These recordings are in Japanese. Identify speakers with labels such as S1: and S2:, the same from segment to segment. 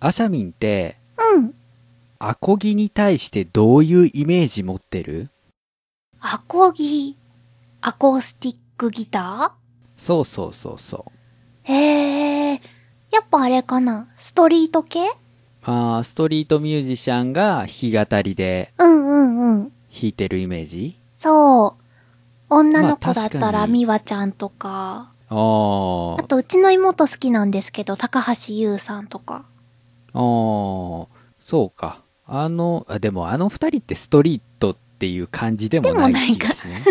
S1: アシャミンって、
S2: うん。
S1: アコギに対してどういうイメージ持ってる
S2: アコギ、アコースティックギタ
S1: そうそうそうそう。
S2: ーへえ、やっぱあれかなストリート系
S1: あーストリートミュージシャンが弾き語りで
S2: うんうんうん。
S1: 弾いてるイメージ
S2: そう。女の
S1: ま
S2: 子
S1: あ
S2: だっ
S1: 確かに
S2: たらミワちゃんとか、
S1: お
S2: あ
S1: ー。
S2: とうちの妹好きなんですけど、高橋優さんとか。
S1: おー。そうか。あの、あでもあの二人ってストリートっていう感じでもない 気がしね。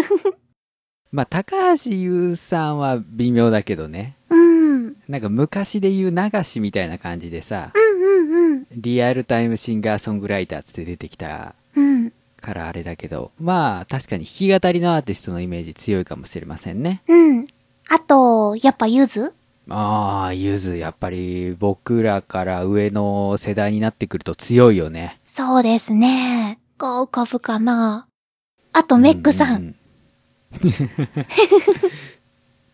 S1: まあ、高橋優さんは微妙だけどね。
S2: うん。うん
S1: なんか昔で言う流しみたいな感じでさ、
S2: うんうん。
S1: リアルタイムシンガーソングライターつって出てきた
S2: うん。
S1: からあれだけど、まあ確かに弾き語りのアーティストのイメージ強いかもしれませんね。
S2: うん。あと、やっぱゆず
S1: ああ、ゆず、やっぱり僕らから上の世代になってくると強いよね。
S2: そうですね。こう浮かぶかな。あと、メックさ。
S1: うんう。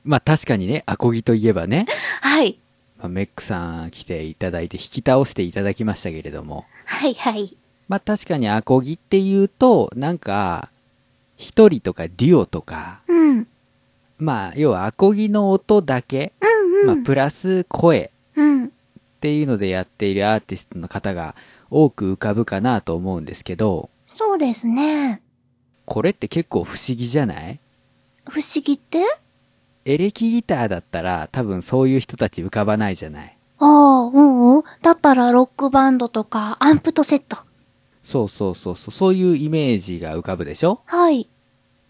S1: まあ確かにね、アコギといえばね、
S2: はい。
S1: まあメックさん来ていただいて引き倒していただきましたけれども、
S2: はいはい。
S1: まあ確かにアコギっていうと、なんか、一人とかデュオとか、
S2: うん。うん
S1: まあ要はアコギの音だけ、
S2: うん。
S1: まあプラス声
S2: うん。
S1: っていうのでやっているアーティストの方が多く浮かぶかなと思うんですけど、
S2: そうですね。
S1: これって結構不思議じゃない
S2: 不思議って
S1: エレキギターだったら多分そういう人たち浮かばないじゃない
S2: ああ、うんうん。だったらロックバンドとかアンプとセット。
S1: そうそうそうそう、そういうイメージが浮かぶでしょ
S2: はい。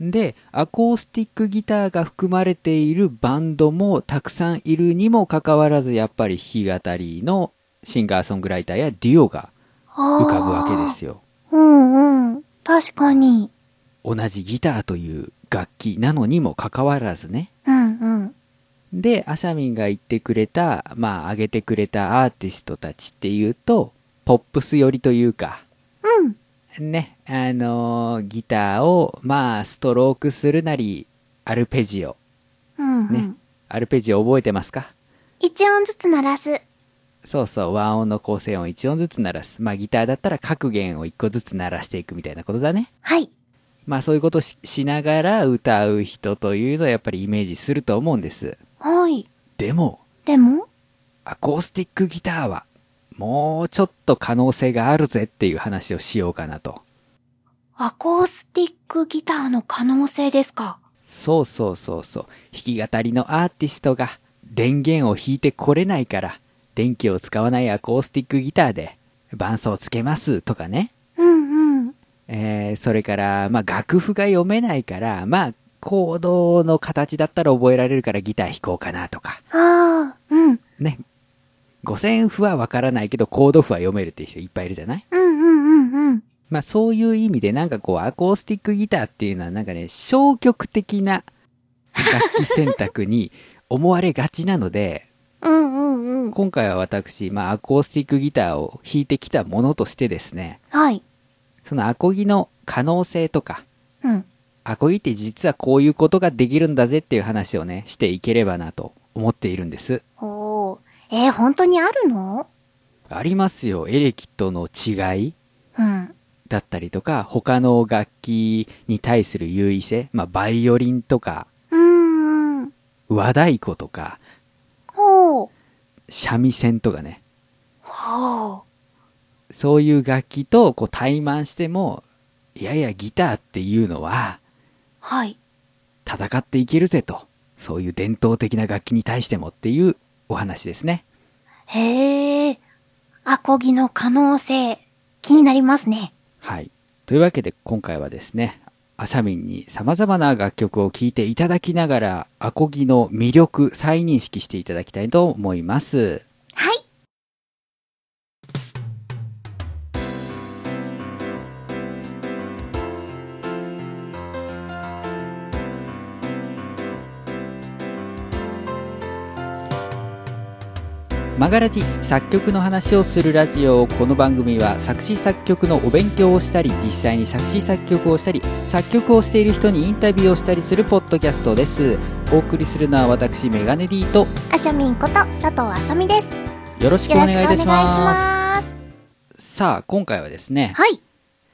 S1: で、アコースティックギターが含まれているバンドもたくさんいるにもかかわらず、やっぱり弾き語りのシンガーソングライターやデュオが
S2: ああ。
S1: 浮かぶわけですよ。
S2: うんうん。確かに。
S1: 同じギターという楽器なのにもかかわらずね。
S2: うんうん。
S1: で、アシャミンが言ってくれた、まあ、上げてくれたアーティストたちっていうと、ポップス寄りというか、
S2: うん。
S1: ね、あのーギターを、まあ、ストロークするなり、アルペジオ。
S2: うん、うん。
S1: ねアルペジオ覚えてますか
S2: 一音ずつ鳴らす。
S1: そうそう、和音の構成音1音ずつ鳴らす。まあ、ギターだったら各弦を1個ずつ鳴らしていくみたいなことだね。
S2: はい。
S1: まあ、そういうことししながら歌う人というのはやっぱりイメージすると思うんです。
S2: はい。
S1: でも、
S2: でも
S1: アコースティックギターは、もうちょっと可能性があるぜっていう話をしようかなと。
S2: アコースティックギターの可能性ですか。
S1: そうそうそうそう。弾き語りのアーティストが電源を弾いてこれないから、電気を使わないアコースティックギターで伴奏をつけますとかね。
S2: うんうん。
S1: えーそれから、まあ、楽譜が読めないから、まあ、コードの形だったら覚えられるからギター弾こうかなとか、
S2: ああ、うん。
S1: ね。五線譜はわからないけど、コード譜は読めるっていう人いっぱいいるじゃない
S2: うんうんうんうん。
S1: まあそういう意味でなんかこうアコースティックギターっていうのはなんかね消極的な楽器選択に思われがちなので
S2: うんうんうん。
S1: 今回は私、まあ、アコースティックギターを弾いてきたものとしてですね
S2: はい。
S1: そのアコギの可能性とか
S2: うん。
S1: アコギって実はこういうことができるんだぜっていう話をねしていければなと思っているんです
S2: おー。えー、本当にあるの
S1: ありますよエレキとの違い
S2: うん。
S1: だったりとか他の楽器に対する優位性まあバイオリンとか
S2: うーん。
S1: 和太鼓とか
S2: ほう。
S1: 三味線とかね
S2: ほう。
S1: そういう楽器とこう対マンしてもいやいやギターっていうのは
S2: はい。
S1: 戦っていけるぜとそういう伝統的な楽器に対してもっていうお話ですね
S2: へえ。アコギの可能性、気になりますね。
S1: はいというわけで今回はですねアシャミンに様々な楽曲を聴いていただきながらアコギの魅力再認識していただきたいと思います
S2: はい。
S1: マガラジ作曲の話をするラジオこの番組は作詞作曲のお勉強をしたり実際に作詞作曲をしたり作曲をしている人にインタビューをしたりするポッドキャストですお送りするのは私メガネ D と
S2: アシャミンこと佐藤あさみです。
S1: よろしくお
S2: よろしく
S1: 願いいたし
S2: お願いし
S1: ま
S2: ます。
S1: す。さあ、今回はですね、
S2: はい。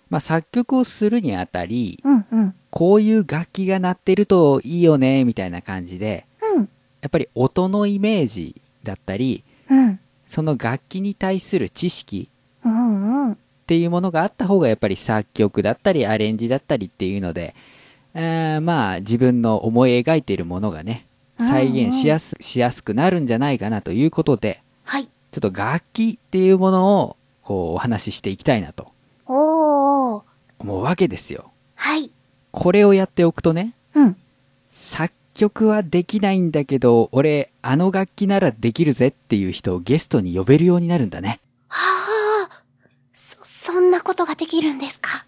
S1: まあ、作曲をするにあたり、
S2: うんうん。
S1: こういう楽器が鳴ってるといいよね、みたいな感じで、
S2: うん。
S1: やっぱり音のイメージだったり、
S2: うん。
S1: その楽器に対する知識
S2: うんうん。
S1: っていうものがあった方がやっぱり作曲だったりアレンジだったりっていうので、えーまあ自分の思い描いているものがね、再現しやすしやすくなるんじゃないかなということで、
S2: はい。
S1: ちょっと楽器っていうものをこうお話ししていきたいなと
S2: おー。
S1: 思うわけですよ。
S2: はい。
S1: これをやっておくとね、
S2: うん。
S1: 作曲はできないんだけど、俺あの楽器ならできるぜっていう人をゲストに呼べるようになるんだね。
S2: はあ。そ、そんなことができるんですか。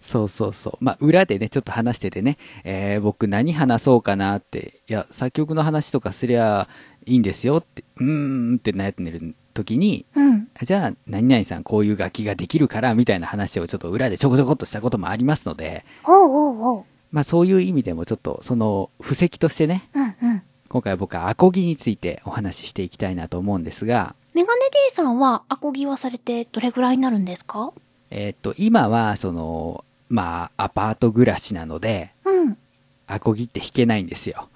S1: そうそうそう。まあ、裏でね、ちょっと話しててね、えー僕何話そうかなって、いや、作曲の話とかすりゃいいんですよって、うーんって悩んでる時に、
S2: うん。
S1: じゃあ、何々さんこういう楽器ができるから、みたいな話をちょっと裏でちょこちょこっとしたこともありますので、
S2: おうおうおう。
S1: まあ、そういう意味でもちょっと、その、布石としてね、
S2: うんうん。
S1: 今回僕はアコギについてお話ししていきたいなと思うんですが、
S2: メガネ D さんはアコギはされてどれぐらいになるんですか
S1: えーっと、今は、その、まあ、アパート暮らしなので、
S2: うん。
S1: アコギって弾けないんですよ。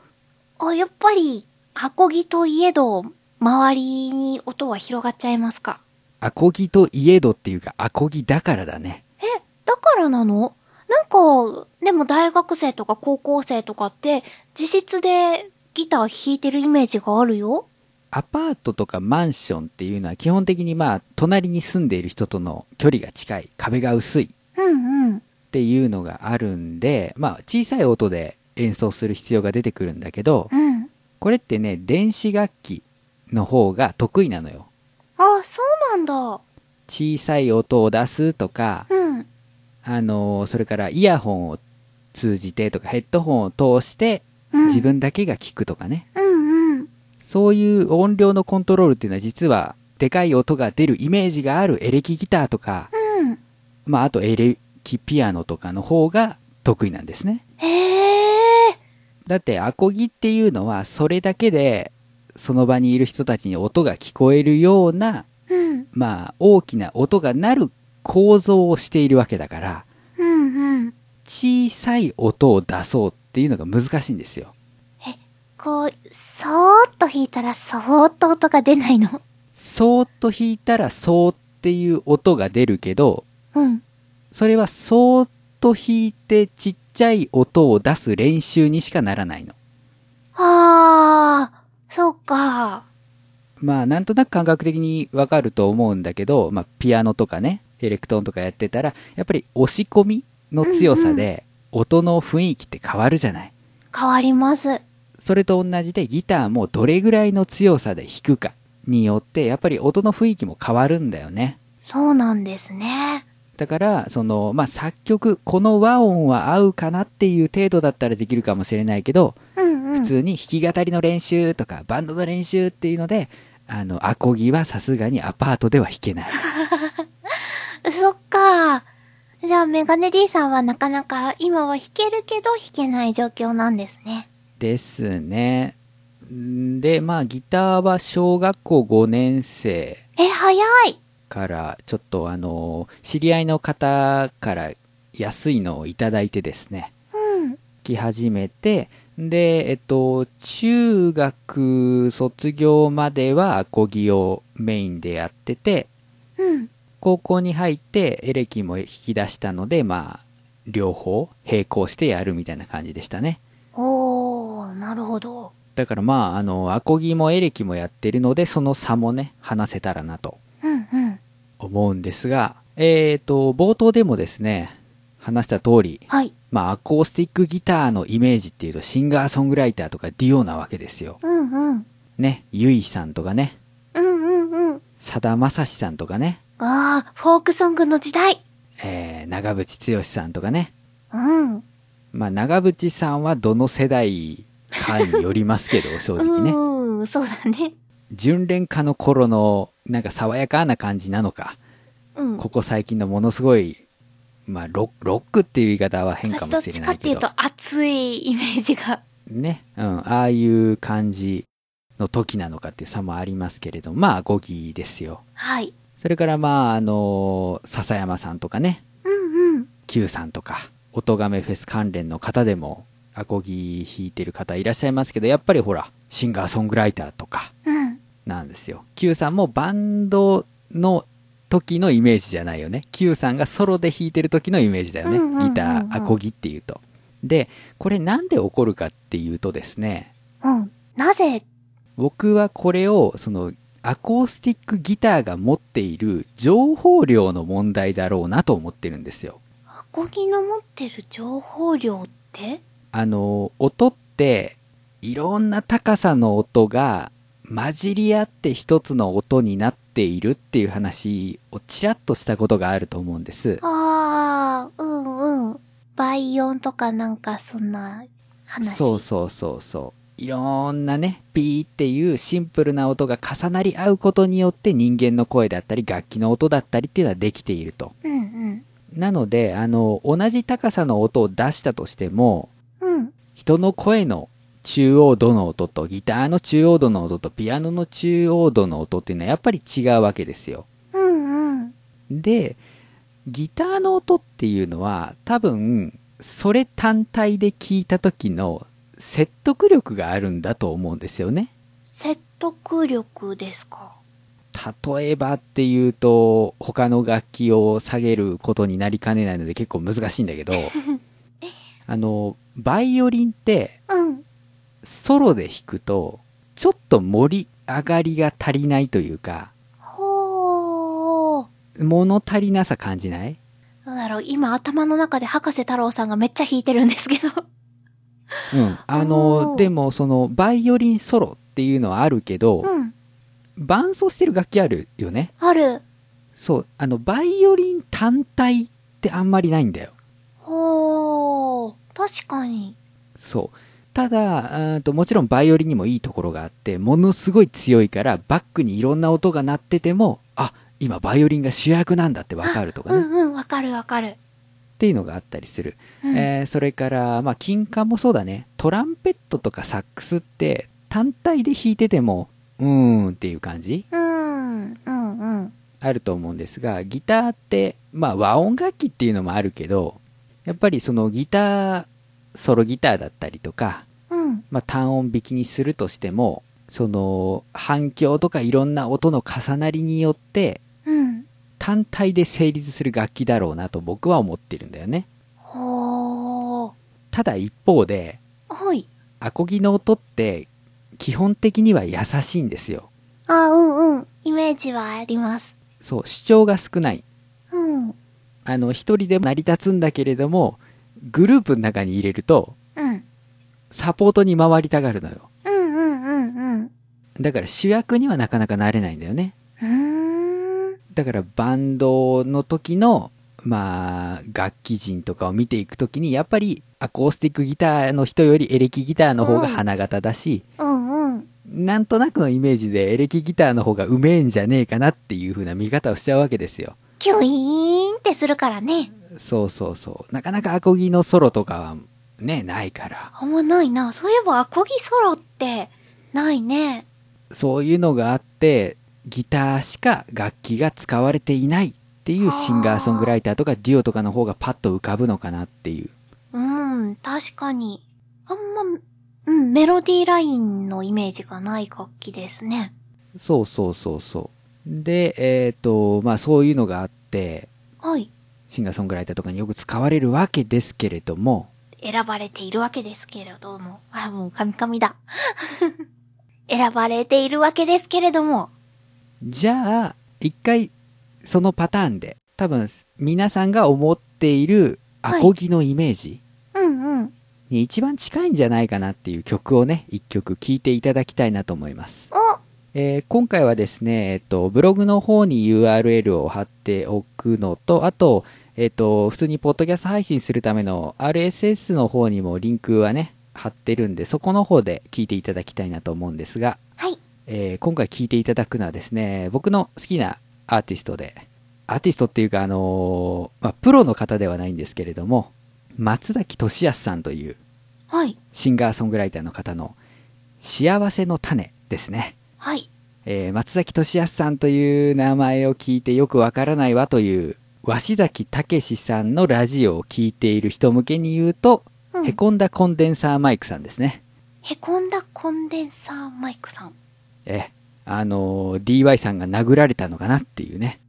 S2: あ、やっぱり、アコギといえど、周りに音は広がっちゃいますか。
S1: アコギといえどっていうか、アコギだからだね。
S2: え、だからなのなんか、でも大学生とか高校生とかって、自室でギター弾いてるイメージがあるよ。
S1: アパートとかマンションっていうのは基本的にまあ、隣に住んでいる人との距離が近い、壁が薄いっ
S2: うんうん。
S1: ていうのがあるんで、まあ、小さい音で演奏する必要が出てくるんだけど、
S2: うん。
S1: これってね、電子楽器の方が得意なのよ。
S2: あ、そうなんだ。
S1: 小さい音を出すとか、
S2: うん。
S1: あのーそれからイヤホンを通じてとか、ヘッドホンを通して
S2: うん、
S1: 自。分だけが聞くとかね。
S2: うんうん。
S1: そういう音量のコントロールっていうのは実は、でかい音が出るイメージがあるエレキギターとか、
S2: うん。
S1: まああとエレキピアノとかの方が得意なんですね。
S2: へえ。
S1: だってアコギっていうのはそれだけで、その場にいる人たちに音が聞こえるような、
S2: うん。
S1: まあ大きな音が鳴る構造をしているわけだから、
S2: うんうん。
S1: 小さい音を出そうっていうのが難しいんですよ。
S2: こう、そーっと弾いたらそーっと音が出ないの。
S1: そーっと弾いたらそうっていう音が出るけど、
S2: うん。
S1: それはそーっと弾いてちっちゃい音を出す練習にしかならないの。
S2: あー、そうか。
S1: まあなんとなく感覚的にわかると思うんだけど、まあピアノとかね、エレクトーンとかやってたら、やっぱり押し込みの強さで音の雰囲気って変わるじゃない。
S2: 変わります。
S1: それと同じでギターもどれぐらいの強さで弾くかによって、やっぱり音の雰囲気も変わるんだよね。
S2: そうなんですね。
S1: だから、その、まあ作曲、この和音は合うかなっていう程度だったらできるかもしれないけど、
S2: うんうん。
S1: 普通に弾き語りの練習とかバンドの練習っていうのであのアコギはさすがにアパートでは弾けない
S2: そっか。じゃあ、メガネ D さんはなかなか今は弾けるけど弾けない状況なんですね。
S1: ですねんでまあギターは小学校5年生
S2: え、早い。
S1: からちょっとあの知り合いの方から安いのをいただいてですね
S2: うん。
S1: 弾き始めてでえっと中学卒業まではアコギをメインでやってて
S2: うん。
S1: 高校に入ってエレキも引き出したのでまあ両方並行してやるみたいな感じでしたね
S2: おー、なるほど。
S1: だからまああのアコギもエレキもやってるのでその差もね話せたらなと
S2: うんうん。
S1: 思うんですがえっ、と冒頭でもですね話した通り
S2: はい。
S1: まあアコースティックギターのイメージっていうとシンガーソングライターとかデュオなわけですよ
S2: うんうん。
S1: ねゆいさんとかね
S2: うんうんうん。
S1: さだまさしさんとかね
S2: あー、フォークソングの時代。
S1: えー長渕剛さんとかね
S2: うん。
S1: まあ、長渕さんはどの世代かによりますけど、正直ね。
S2: うーん、そうだね。
S1: 純恋歌の頃の、なんか爽やかな感じなのか、
S2: うん。
S1: ここ最近のものすごい、まあ、ロロックっていう言い方は変か
S2: 私
S1: も
S2: どっ
S1: しれ
S2: ち
S1: な
S2: か
S1: い
S2: ってい
S1: け
S2: う
S1: ど
S2: と、熱いイメージが。
S1: ね。うん、ああいう感じの時なのかっていう差もありますけれどまあ5期ですよ
S2: はい。
S1: それからまああの笹山さんとかね
S2: うんうん。
S1: Q さんとかおとがめフェス関連の方でもアコギ弾いてる方いらっしゃいますけどやっぱりほらシンガーソングライターとか
S2: うん。
S1: なんですよ Q さんもバンドの時のイメージじゃないよね Q さんがソロで弾いてる時のイメージだよね、
S2: うんうんうんうん
S1: ギターアコギっていうとでこれなんで起こるかっていうとですね
S2: うん。なぜ
S1: 僕はこれをそのアコースティックギターが持っている情報量の問題だろうなと思ってるんですよ
S2: アコギの持ってる情報量って
S1: あの音っていろんな高さの音が混じり合って一つの音になっているっていう話をちらっとしたことがあると思うんです
S2: ああ、うんうん。倍音とかなんかそんな話。
S1: そうそうそうそういろんなねピーっていうシンプルな音が重なり合うことによって人間の声だったり楽器の音だったりっていうのはできていると
S2: うん
S1: なのであの同じ高さの音を出したとしても
S2: うん。うん。
S1: 人の声の中央度の音とギターの中央度の音とピアノの中央度の音っていうのはやっぱり違うわけですよ。
S2: うんうん。
S1: でギターの音っていうのは多分それ単体で聞いた時の説得力があるんだと思うんですよね。
S2: 説得力ですか。
S1: 例えばっていうと他の楽器を下げることになりかねないので結構難しいんだけどあのバイオリンって
S2: うん。
S1: ソロで弾くとちょっと盛り上がりが足りないというか
S2: ほー。
S1: 物足りなさ感じない
S2: なんだろう、今頭の中で博士太郎さんがめっちゃ弾いてるんですけど。
S1: うんあ
S2: お
S1: の
S2: ー
S1: でもそのバイオリンソロっていうのはあるけど、
S2: うん。
S1: 伴奏してる楽器あるよね
S2: ある。
S1: そうあのバイオリン単体ってあんまりないんだよ
S2: ほー。確かに。
S1: そうただうんともちろんバイオリンにもいいところがあってものすごい強いからバックにいろんな音が鳴っててもあ今バイオリンが主役なんだってわかるとかね、
S2: う
S1: っ
S2: んうん、わかるわかる。
S1: ていうのがあったりする
S2: うん。
S1: えーそれから、まあ、金管もそうだねトランペットとかサックスって単体で弾いててもうーんっていう感じ
S2: うん、うん、うん。
S1: あると思うんですがギターって、まあ、和音楽器っていうのもあるけどやっぱりそのギターソロギターだったりとか、
S2: うん、
S1: まあ、単音弾きにするとしてもその反響とかいろんな音の重なりによって
S2: うん。
S1: 単体で成立する楽器だろうなと僕は思ってるんだよね
S2: ほー。
S1: ただ一方で
S2: はい。
S1: アコギの音って基本的には優しいんですよ
S2: あ、うん、うん。イメージはあります。
S1: そう主張が少ない
S2: うん、
S1: あの一人でも成り立つんだけれどもグループの中に入れると
S2: うん。
S1: サポートに回りたがるのよ
S2: うん、うん、うん、
S1: だから主役にはなかなかなれないんだよね
S2: うん。うーん。
S1: だからバンドの時のまあ楽器人とかを見ていく時にやっぱりアコースティックギターの人よりエレキギターの方が花形だし、
S2: うん、うん。
S1: なんとなくのイメージでエレキギターの方がうめえんじゃねえかなっていう風な見方をしちゃうわけですよ
S2: キュイーンってするからね。
S1: そうそうそう。なかなかアコギのソロとかはね、ないから。
S2: あんまないな。そういえばアコギソロって、ないね。
S1: そういうのがあって、ギターしか楽器が使われていないっていうシンガーソングライターとかデュオとかの方がパッと浮かぶのかなっていう。
S2: うん、確かに。あんま、うん、メロディーラインのイメージがない楽器ですね。
S1: そうそうそうそう。で、えっ、と、まあそういうのがあって、
S2: はい。
S1: シンガーソングライターとかによく使われるわけですけれども、
S2: 選ばれているわけですけれども。あ、もうカミカミだ。 選ばれているわけですけれども。
S1: じゃあ、一回そのパターンで、多分皆さんが思っているアコギのイメージ、
S2: うんうん。
S1: に一番近いんじゃないかなっていう曲をね一曲聴いていただきたいなと思います、
S2: お
S1: えー今回はですね、えっと、ブログの方に URL を貼っておくのとあと,、えっと普通にポッドキャスト配信するための RSS の方にもリンクはね貼ってるんでそこの方で聴いていただきたいなと思うんですが、
S2: はい。
S1: えー今回聴いていただくのはですね僕の好きなアーティストでアーティストっていうかあのーまあ、プロの方ではないんですけれども松崎俊康さんという
S2: はい。
S1: シンガーソングライターの方の「幸せの種」ですね。
S2: はい。
S1: えー松崎俊康さんという名前を聞いてよくわからないわという鷲崎武史さんのラジオを聞いている人向けに言うと、
S2: うん
S1: へこんだコンデンサーマイクさんですね。
S2: へこんだコンデンサーマイクさん。
S1: えあのー DY さんが殴られたのかなっていう ね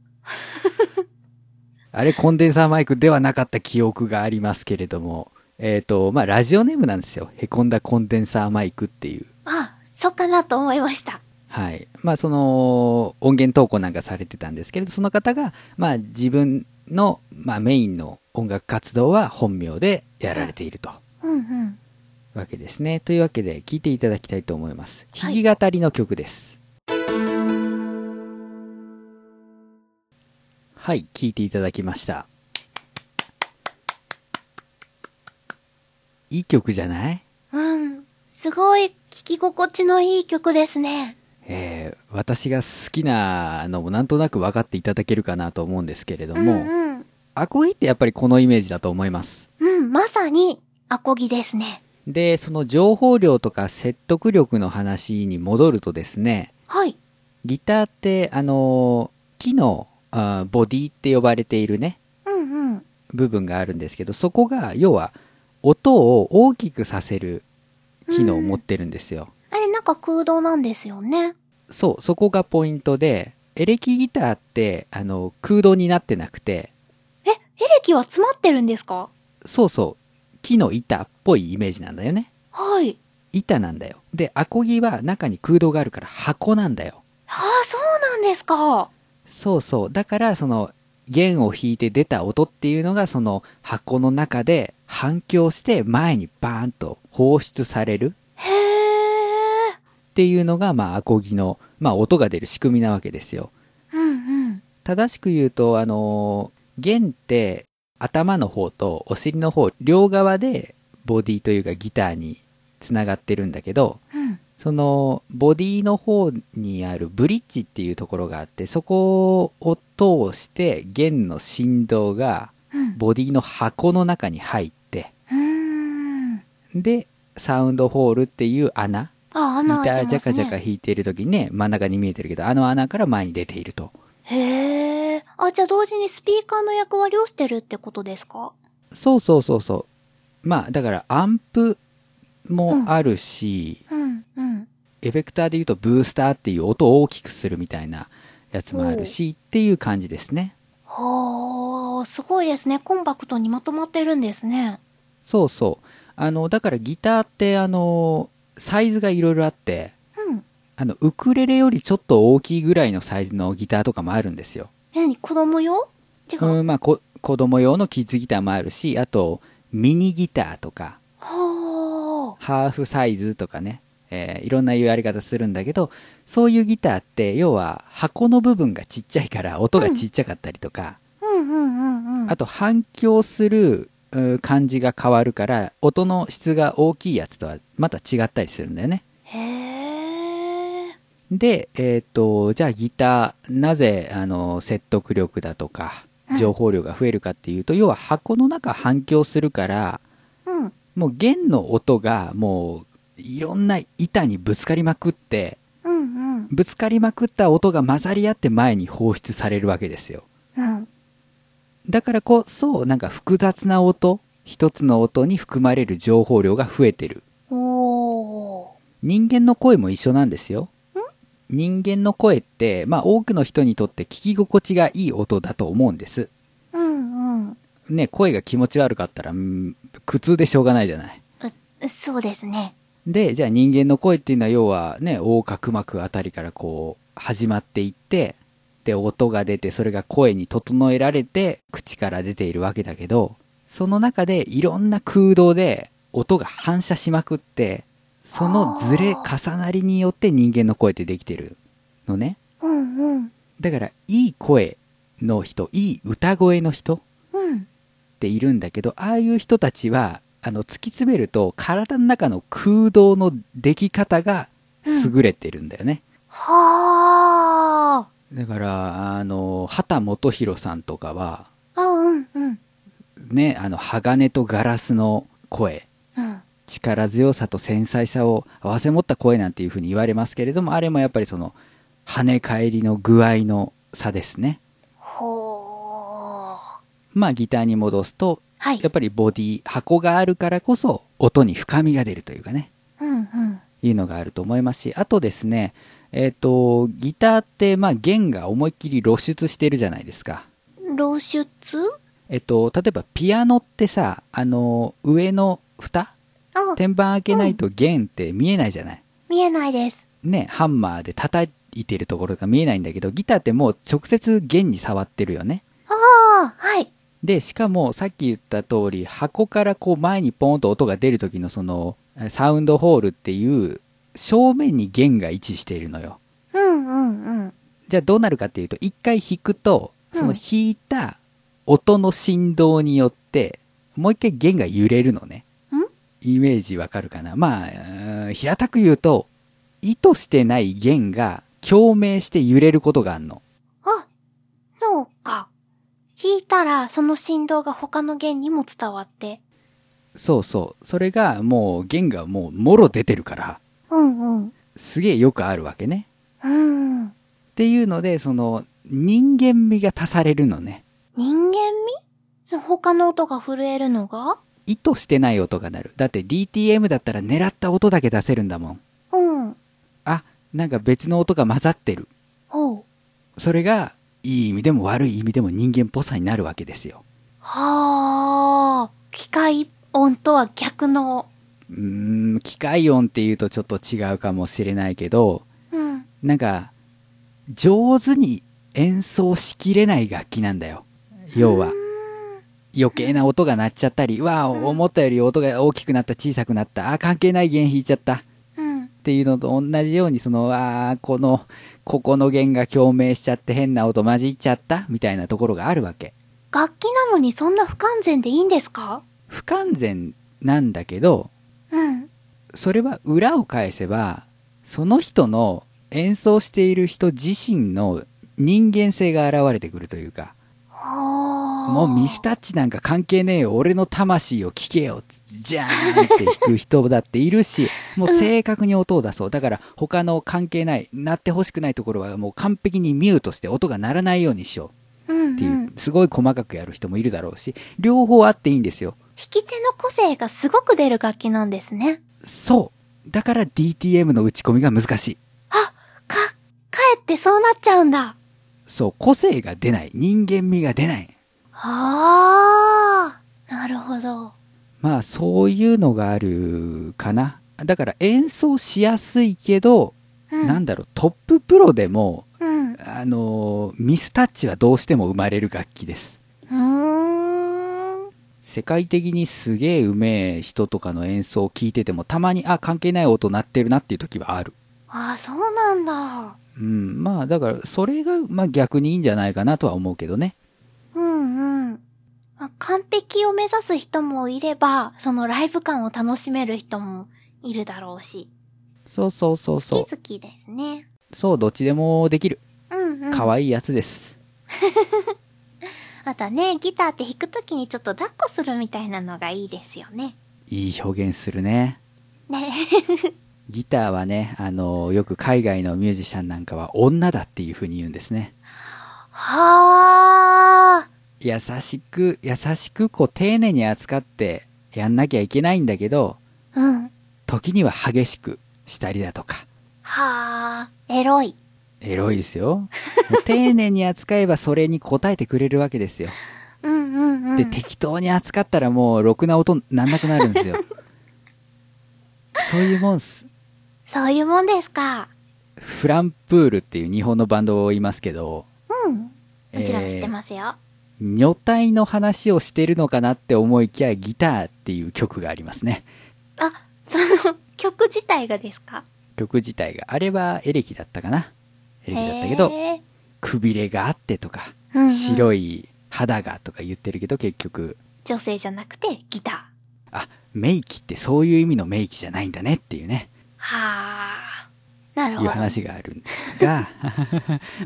S1: あれコンデンサーマイクではなかった記憶がありますけれどもえっ、とまあラジオネームなんですよへこんだコンデンサーマイクっていう
S2: あ、そうかなと思いました。
S1: はいまあその音源投稿なんかされてたんですけれどその方がまあ自分の、まあ、メインの音楽活動は本名でやられていると
S2: うんうん。
S1: わけですねというわけで聴いていただきたいと思います
S2: は
S1: 弾き
S2: い
S1: 語りの曲ですはい聴いていただきましたいい曲じゃない
S2: うん。すごい聞き心地のいい曲ですね。
S1: えー私が好きなのもなんとなく分かっていただけるかなと思うんですけれど
S2: うん
S1: も、
S2: うん。
S1: アコギってやっぱりこのイメージだと思います
S2: うん、まさに、アコギですね。
S1: でその情報量とか説得力の話に戻るとですね、
S2: はい。
S1: ギターって、あのー木のあーボディって呼ばれているね、
S2: うんうん。
S1: 部分があるんですけど、そこが、要は、音を大きくさせる機能を持ってるんですよ。
S2: あれ、なんか空洞なんですよね。
S1: そう、そこがポイントで、エレキギターって、あの、空洞になってなくて、
S2: え、エレキは詰まってるんですか
S1: そうそう、木の板っぽいイメージなんだよね。
S2: はい。
S1: 板なんだよ。で、アコギは中に空洞があるから箱なんだよ。
S2: ああ、そうなんですか。
S1: そうそう。だから、その、弦を弾いて出た音っていうのが、その箱の中で反響して前にバーンと放出される
S2: へえ。
S1: っていうのが、まあ、アコギの、まあ、音が出る仕組みなわけですよ。
S2: うんうん。
S1: 正しく言うと、あのー弦って頭の方とお尻の方、両側でボディというかギターにつながってるんだけど、
S2: うん。
S1: そのボディの方にあるブリッジっていうところがあってそこを通して弦の振動が
S2: うん。
S1: ボディの箱の中に入って
S2: うーん。
S1: でサウンドホールっていう穴
S2: あ、
S1: ギタ
S2: 穴開い
S1: ージ
S2: て
S1: ャ
S2: ます
S1: カ
S2: ね。
S1: ジャカ弾いてる時にね真ん中に見えてるけどあの穴から前に出ていると
S2: へえ。あ、じゃあ同時にスピーカーの役割をしてるってことですか
S1: そうそうそうそうまあだからアンプもあるし、
S2: うん、うん。
S1: エフェクターで言うとブースターっていう音を大きくするみたいなやつもあるしっていう感じですね
S2: ほー、すごいですね。コンパクトにまとまってるんですね。
S1: そうそう。あの、だからギターって、あの、サイズがいろいろあって、
S2: うん。
S1: あの、ウクレレよりちょっと大きいぐらいのサイズのギターとかもあるんですよ。
S2: え、何子供用違う。
S1: うん、まあ、こ子供用のキッズギターもあるし、あと、ミニギターとか、
S2: ほー。
S1: ハーフサイズとかね、えーいろんなやり方するんだけど、そういうギターって、要は箱の部分がちっちゃいから音がちっちゃかったりとか、
S2: うんうんうんうん。
S1: あと反響するうん感じが変わるから、音の質が大きいやつとはまた違ったりするんだよね。
S2: へー。
S1: で、えっ、と、じゃあギター、なぜ、あの、説得力だとか
S2: うん、
S1: 情報量が増えるかっていうと、要は箱の中反響するから、
S2: うん。
S1: もう弦の音がもう、いろんな板にぶつかりまくって、
S2: うんうん。
S1: ぶつかりまくった音が混ざり合って前に放出されるわけですよ。
S2: うん。
S1: だからこそ、なんか複雑な音、一つの音に含まれる情報量が増えてる。
S2: おー。
S1: 人間の声も一緒なんですよ。人間の声って、まあ多くの人にとって聞き心地がいい音だと思うんです。
S2: うんうん。
S1: ね、声が気持ち悪かったら、うん苦痛でしょうがないじゃない。
S2: うそうですね。
S1: で、じゃあ人間の声っていうのは要はね、横隔膜あたりからこう、始まっていって、で、音が出て、それが声に整えられて、口から出ているわけだけど、その中でいろんな空洞で音が反射しまくって、そのずれ重なりによって人間の声ってできてるのね。
S2: うんうん。
S1: だから、いい声の人、いい歌声の人っ
S2: うん。
S1: ているんだけど、ああいう人たちは、あの、突き詰めると、体の中の空洞の出来方が優れてるんだよね。
S2: はー。
S1: だから、あの、畑基博さんとかは、
S2: あ、うんうん。
S1: ね、あの、鋼とガラスの声、
S2: うん。
S1: 力強さと繊細さを併せ持った声なんていうふうに言われますけれどもあれもやっぱりその跳ね返りの具合の差ですね
S2: ほー。
S1: まあギターに戻すと
S2: はい
S1: や。っぱりボディ箱があるからこそ音に深みが出るというかね
S2: うんうん。
S1: いうのがあると思いますしあとですねえっ、とギターってまあ弦が思いっきり露出してるじゃないですか
S2: 露出
S1: えっと、例えばピアノってさ、あの、上の蓋
S2: あ、
S1: 天板開けないと弦って見えないじゃない、
S2: 見えないです。
S1: ね、ハンマーで叩いてるところが見えないんだけど、ギターってもう直接弦に触ってるよね。
S2: ああ、はい。
S1: で、しかもさっき言った通り、箱からこう前にポンと音が出る時のその、サウンドホールっていう、正面に弦が位置しているのよ。
S2: うんうんうん。
S1: じゃあどうなるかっていうと、一回弾くと、
S2: うん
S1: その弾いた音の振動によって、もう一回弦が揺れるのね。
S2: ん
S1: イメージわかるかなまあうーん、平たく言うと、意図してない弦が共鳴して揺れることがあるの。
S2: あ、そうか。弾いたら、その振動が他の弦にも伝わって。
S1: そうそう。それがもう弦がもうもろ出てるから、
S2: うんうん。
S1: すげえよくあるわけね。
S2: うん。
S1: っていうので、その、人間味が足されるのね。
S2: 人間味その他の音が震えるのが
S1: 意図してない音が鳴る。だって DTM だったら狙った音だけ出せるんだもん。
S2: うん。
S1: あなんか別の音が混ざってる
S2: ほう。
S1: それがいい意味でも悪い意味でも人間っぽさになるわけですよ
S2: はあ。機械音とは逆の。
S1: うーん機械音っていうとちょっと違うかもしれないけど
S2: うん。
S1: なんか上手に演奏しきれない楽器なんだよ要は余計な音が鳴っちゃったりうわあ思ったより音が大きくなった小さくなったあ関係ない弦弾いちゃった
S2: うん。
S1: っていうのと同じようにそのあーこのここの弦が共鳴しちゃって変な音混じっちゃったみたいなところがあるわけ
S2: 楽器なのにそんな不完全でいいんですか
S1: 不完全なんだけど
S2: うん。
S1: それは裏を返せばその人の演奏している人自身の人間性が現れてくるというか
S2: はあ。
S1: もうミスタッチなんか関係ねえよ俺の魂を聞けよじゃーんって弾く人だっている しもう正確に音を出そうだから他の関係ない鳴ってほしくないところはもう完璧にミュートして音が鳴らないようにしよ
S2: うん、う。
S1: うんっていう、
S2: 弾
S1: すごい細かくやる人もいるだろうし両方あっていいんですよ
S2: き手の個性がすごく出る楽器なんですね。
S1: そう。だから DTM の打ち込みが難しい。
S2: か、かえってそうなっちゃうんだ。
S1: そう、個性が出ない。人間味が出ない。
S2: ああ、なるほど。
S1: まあ、そういうのがあるかな。だから演奏しやすいけど、
S2: うん。
S1: なんだろう、トッププロでも、
S2: うん。う
S1: あのーミスタッチはどうしても生まれる楽器です。
S2: ーん。
S1: 世界的にすげえうめえ人とかの演奏を聞いてても、たまに、あ、関係ない音鳴ってるなっていう時はある。
S2: ああ、そうなんだ。
S1: うん、まあ、だから、それが、まあ逆にいいんじゃないかなとは思うけどね。
S2: うんうん。まあ完璧を目指す人もいれば、そのライブ感を楽しめる人もいるだろうし。
S1: そうそうそうそう
S2: 好。き好きですね。
S1: そう、どっちでもできる。
S2: うんうん。
S1: 可愛いやつです。
S2: またね、ギターって弾くときにちょっと抱っこするみたいなのがいいですよね。
S1: いい表現するね。
S2: ね。
S1: ギターはね、あの、よく海外のミュージシャンなんかは女だっていう風に言うんですね。
S2: はあ。
S1: 優しく、優しく、こう、丁寧に扱ってやんなきゃいけないんだけど、
S2: うん。は
S1: 時には激しくしたりだとか。
S2: あ。エロい。
S1: エロいです よ。もう丁寧に扱えばそれに応えてくれるわけですよ。
S2: うんうんうん。
S1: で、適当に扱ったらもう、ろくな音なんなくなるん ですよ。そういうもんっす。
S2: そういうもんですか。
S1: フランプールっていう日本のバンドをいますけど、
S2: うん。もちろん知って
S1: す。
S2: ますよ。
S1: 女体の話をしてるのかなって思いきやギターっていう曲がありますね。
S2: あ、その曲自体がですか
S1: 曲自体が。あれはエレキだったかな。エレキだったけど、
S2: へえ
S1: くびれがあってとか、
S2: うんうん
S1: 白い肌がとか言ってるけど結局、
S2: 女性じゃなくてギター。
S1: あ、メイキってそういう意味のメイキじゃないんだねっていうね。
S2: はあ。なるほ
S1: いう
S2: ど。
S1: 話があるんですが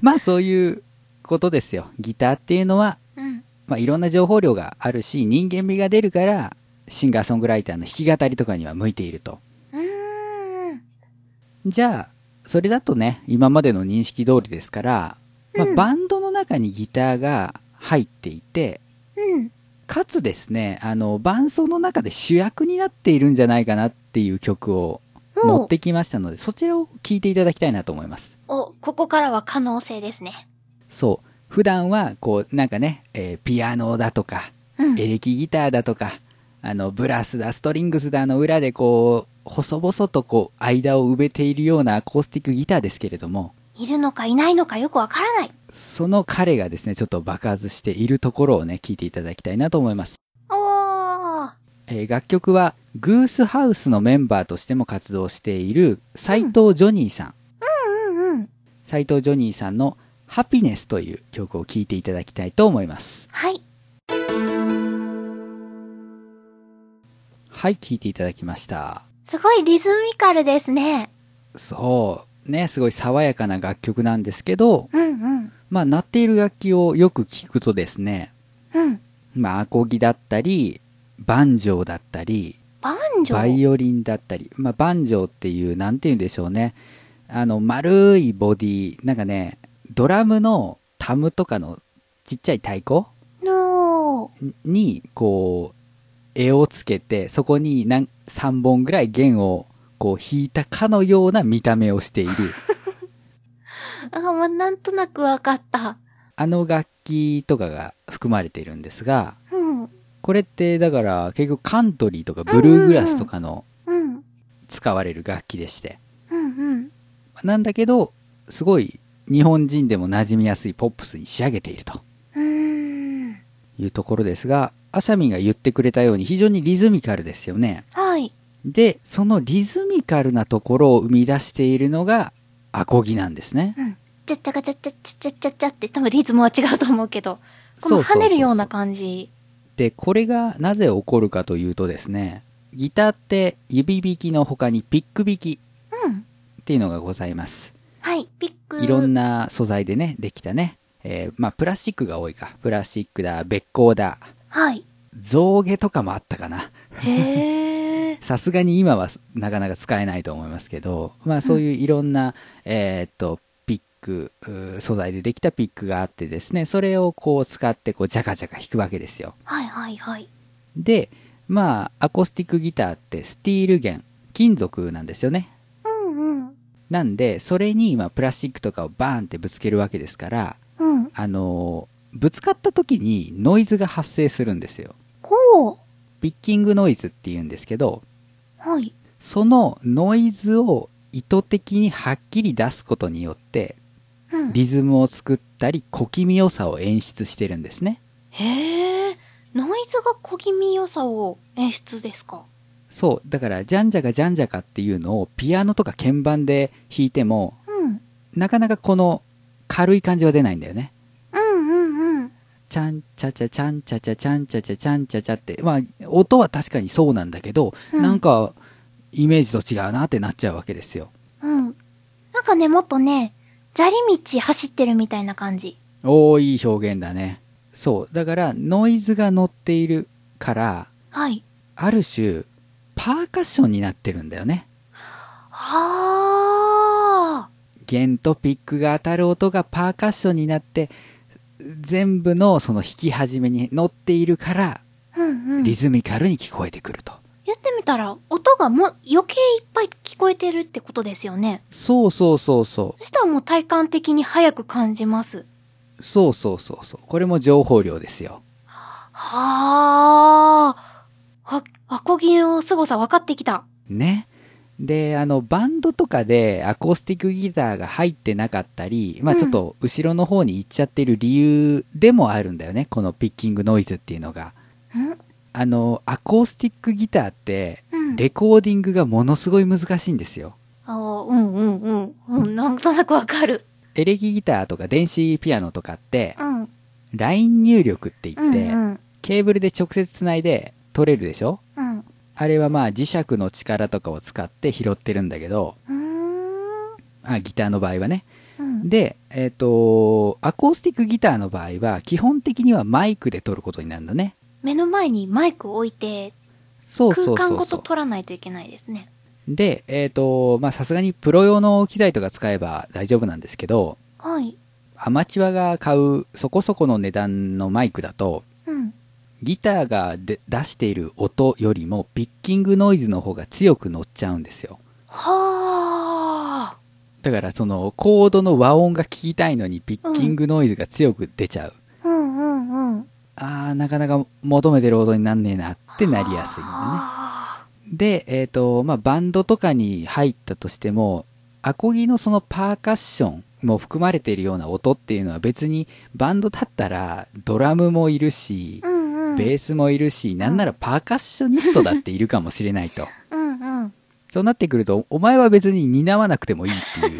S1: まあそういうことですよギターっていうのは、
S2: うん。
S1: まあ、いろんな情報量があるし人間味が出るからシンガーソングライターの弾き語りとかには向いていると。
S2: うーん。
S1: じゃあ、それだとね、今までの認識通りですから、まあ
S2: うん
S1: バンドの中にギターが入っていて、
S2: うん。
S1: かつですね、あの、伴奏の中で主役になっているんじゃないかなっていう曲を
S2: おう
S1: 持ってきましたので、そちらを聴いていただきたいなと思います。
S2: お、ここからは可能性ですね。
S1: そう。普段は、こう、なんかね、えーピアノだとか、
S2: うん。
S1: エレキギターだとか、あの、ブラスだ、ストリングスだの裏でこう、細々とこう、間を埋めているようなアコースティックギターですけれども、
S2: いるのかいないのかよくわからない。
S1: その彼がですね、ちょっと爆発しているところをね、聞いていただきたいなと思います。
S2: おー。
S1: えー楽曲は、グースハウスのメンバーとしても活動している、斎藤ジョニーさん。
S2: うんうん。
S1: 斎、藤ジョニーさんの、ハピネスという曲を聴いていただきたいと思います。
S2: はい。
S1: はい、聴いていただきました。
S2: すごいリズミカルですね。
S1: そう。ね、すごい爽やかな楽曲なんですけど、
S2: うんうん。
S1: まあ、鳴っている楽器をよく聞くとですね、
S2: うん。
S1: まあ、アコギだったり、バンジョーだったり、
S2: バンジョー。
S1: バイオリンだったり、まあ、バンジョーっていう、なんて言うんでしょうね。あの、丸いボディ、なんかね、ドラムのタムとかのちっちゃい太鼓
S2: の
S1: に、こう、絵をつけて、そこに何3本ぐらい弦を、こう、弾いたかのような見た目をしている。
S2: あ、まあ、なんとなくわかった。
S1: あの楽器とかが含まれているんですが、
S2: うん。
S1: これってだから結局カントリーとかブルーグラスとかの
S2: うん。
S1: 使われる楽器でして。
S2: うんうん。
S1: なんだけど、すごい日本人でも馴染みやすいポップスに仕上げていると
S2: うーん。
S1: いうところですが、アシャミンが言ってくれたように非常にリズミカルですよね。
S2: はい。
S1: で、そのリズミカルなところを生み出しているのがアコギなんですね。
S2: うん。ちゃっちゃかちゃっちゃっちゃっちゃっちゃって、多分リズムは違うと思うけど。こ
S1: そ
S2: の
S1: うそうそうそ
S2: 跳
S1: う
S2: ねるような感じ。
S1: で、これがなぜ起こるかというとですね、ギターって指弾きの他にピック弾き
S2: うん。
S1: っていうのがございます。
S2: はい。ピック。
S1: いろん
S2: な。
S1: な素材でね、できたね。えーまあ、プラスチックが多いか。プラスチックだ、べっ甲だ、
S2: はい。
S1: 象牙とかもあったかな。
S2: へ え。
S1: さすがに今はなかなか使えないと思いますけど、まあそういういろんな、えーっと、ピック、うー素材でできたピックがあってですね、それをこう使ってこうジャカジャカ弾くわけですよ。
S2: はいはいはい。
S1: で、まあアコースティックギターってスティール弦、金属なんですよね。
S2: うんうん。
S1: なんで、それに今プラスチックとかをバーンってぶつけるわけですから、
S2: うん。
S1: あのーぶつかった時にノイズが発生するんですよ。
S2: ほう。
S1: ピッキングノイズって言うんですけど、
S2: はい。
S1: そのノイズを意図的にはっきり出すことによって、
S2: うん。
S1: リズムを作ったり、小気味良さを演出してるんですね。
S2: へえ。ノイズが小気味良さを演出ですか。
S1: そう。だから、ジャンジャカジャンジャカっていうのをピアノとか鍵盤で弾いても、
S2: うん。
S1: なかなかこの軽い感じは出ないんだよね。
S2: うんうんうん。
S1: ちゃんちゃちゃちゃんちゃちゃちゃんちゃちゃちゃんちゃちゃって、まあ、音は確かにそうなんだけど、
S2: うん
S1: なんか、イメージと違うなってなっちゃうわけですよ。
S2: うん。なんかね、もっとね、砂利道走ってるみたいな感じ。
S1: おー、いい表現だね。そう。だから、ノイズが乗っているから、
S2: はい。
S1: ある種、パーカッションになってるんだよね。
S2: はあ。
S1: 弦とピックが当たる音がパーカッションになって、全部のその弾き始めに乗っているから、
S2: うんうん。
S1: リ
S2: 言
S1: ズミカルに聞こえてくると。
S2: ってみたら、音がもう余計いっぱい聞こえてるってことですよね。
S1: そうそうそうそう。
S2: そしたらもう体感的に早く感じます。
S1: そうそうそうそう。これも情報量ですよ。
S2: はあ。あ、アコギの凄さ分かってきた。
S1: ね。で、あの、バンドとかでアコースティックギターが入ってなかったり、まあ
S2: うん
S1: ちょっと後ろの方に行っちゃってる理由でもあるんだよね。このピッキングノイズっていうのが。
S2: ん
S1: あの、アコースティックギターって、
S2: うん。
S1: レコーディングがものすごい難しいんですよ。
S2: あうんうんうん。うん、なんとなくわかる。
S1: エレキギターとか電子ピアノとかって、
S2: うん。うん
S1: ライン入力って言
S2: う
S1: って、
S2: ん。
S1: ケーブルで直接つないで取れるでしょ
S2: うん。う
S1: あれはまあ磁石の力とかを使って拾ってるんだけど、
S2: ーん。
S1: あギターの場合はね。
S2: うん。
S1: で、えっ、と、アコースティックギターの場合は、基本的にはマイクで撮ることになるんだね。
S2: 目の前にマイクを置いて、
S1: そうそうそ
S2: 空
S1: うそう
S2: 間ごと取らないといけないですね。
S1: で、えっ、と、まあ、さすがにプロ用の機材とか使えば大丈夫なんですけど、
S2: はい。
S1: アマチュアが買うそこそこの値段のマイクだと、
S2: うん。
S1: ギターがで出している音よりもピッキングノイズの方が強く乗っちゃうんですよ。
S2: はあ。
S1: だからそのコードの和音が聞きたいのにピッキングノイズが強く出ちゃう。
S2: うんうんうん。
S1: あー、なかなか求めてる音になんねえなってなりやすいんだね。
S2: はあ
S1: で、えっ、と、まあ、バンドとかに入ったとしても、アコギのそのパーカッションも含まれているような音っていうのは別にバンドだったらドラムもいるし
S2: う、んうん。
S1: ベースもいるし、なんならパーカッショニストだっているかもしれないと。
S2: うんうん。
S1: そうなってくると、お前は別に担わなくてもいいっていう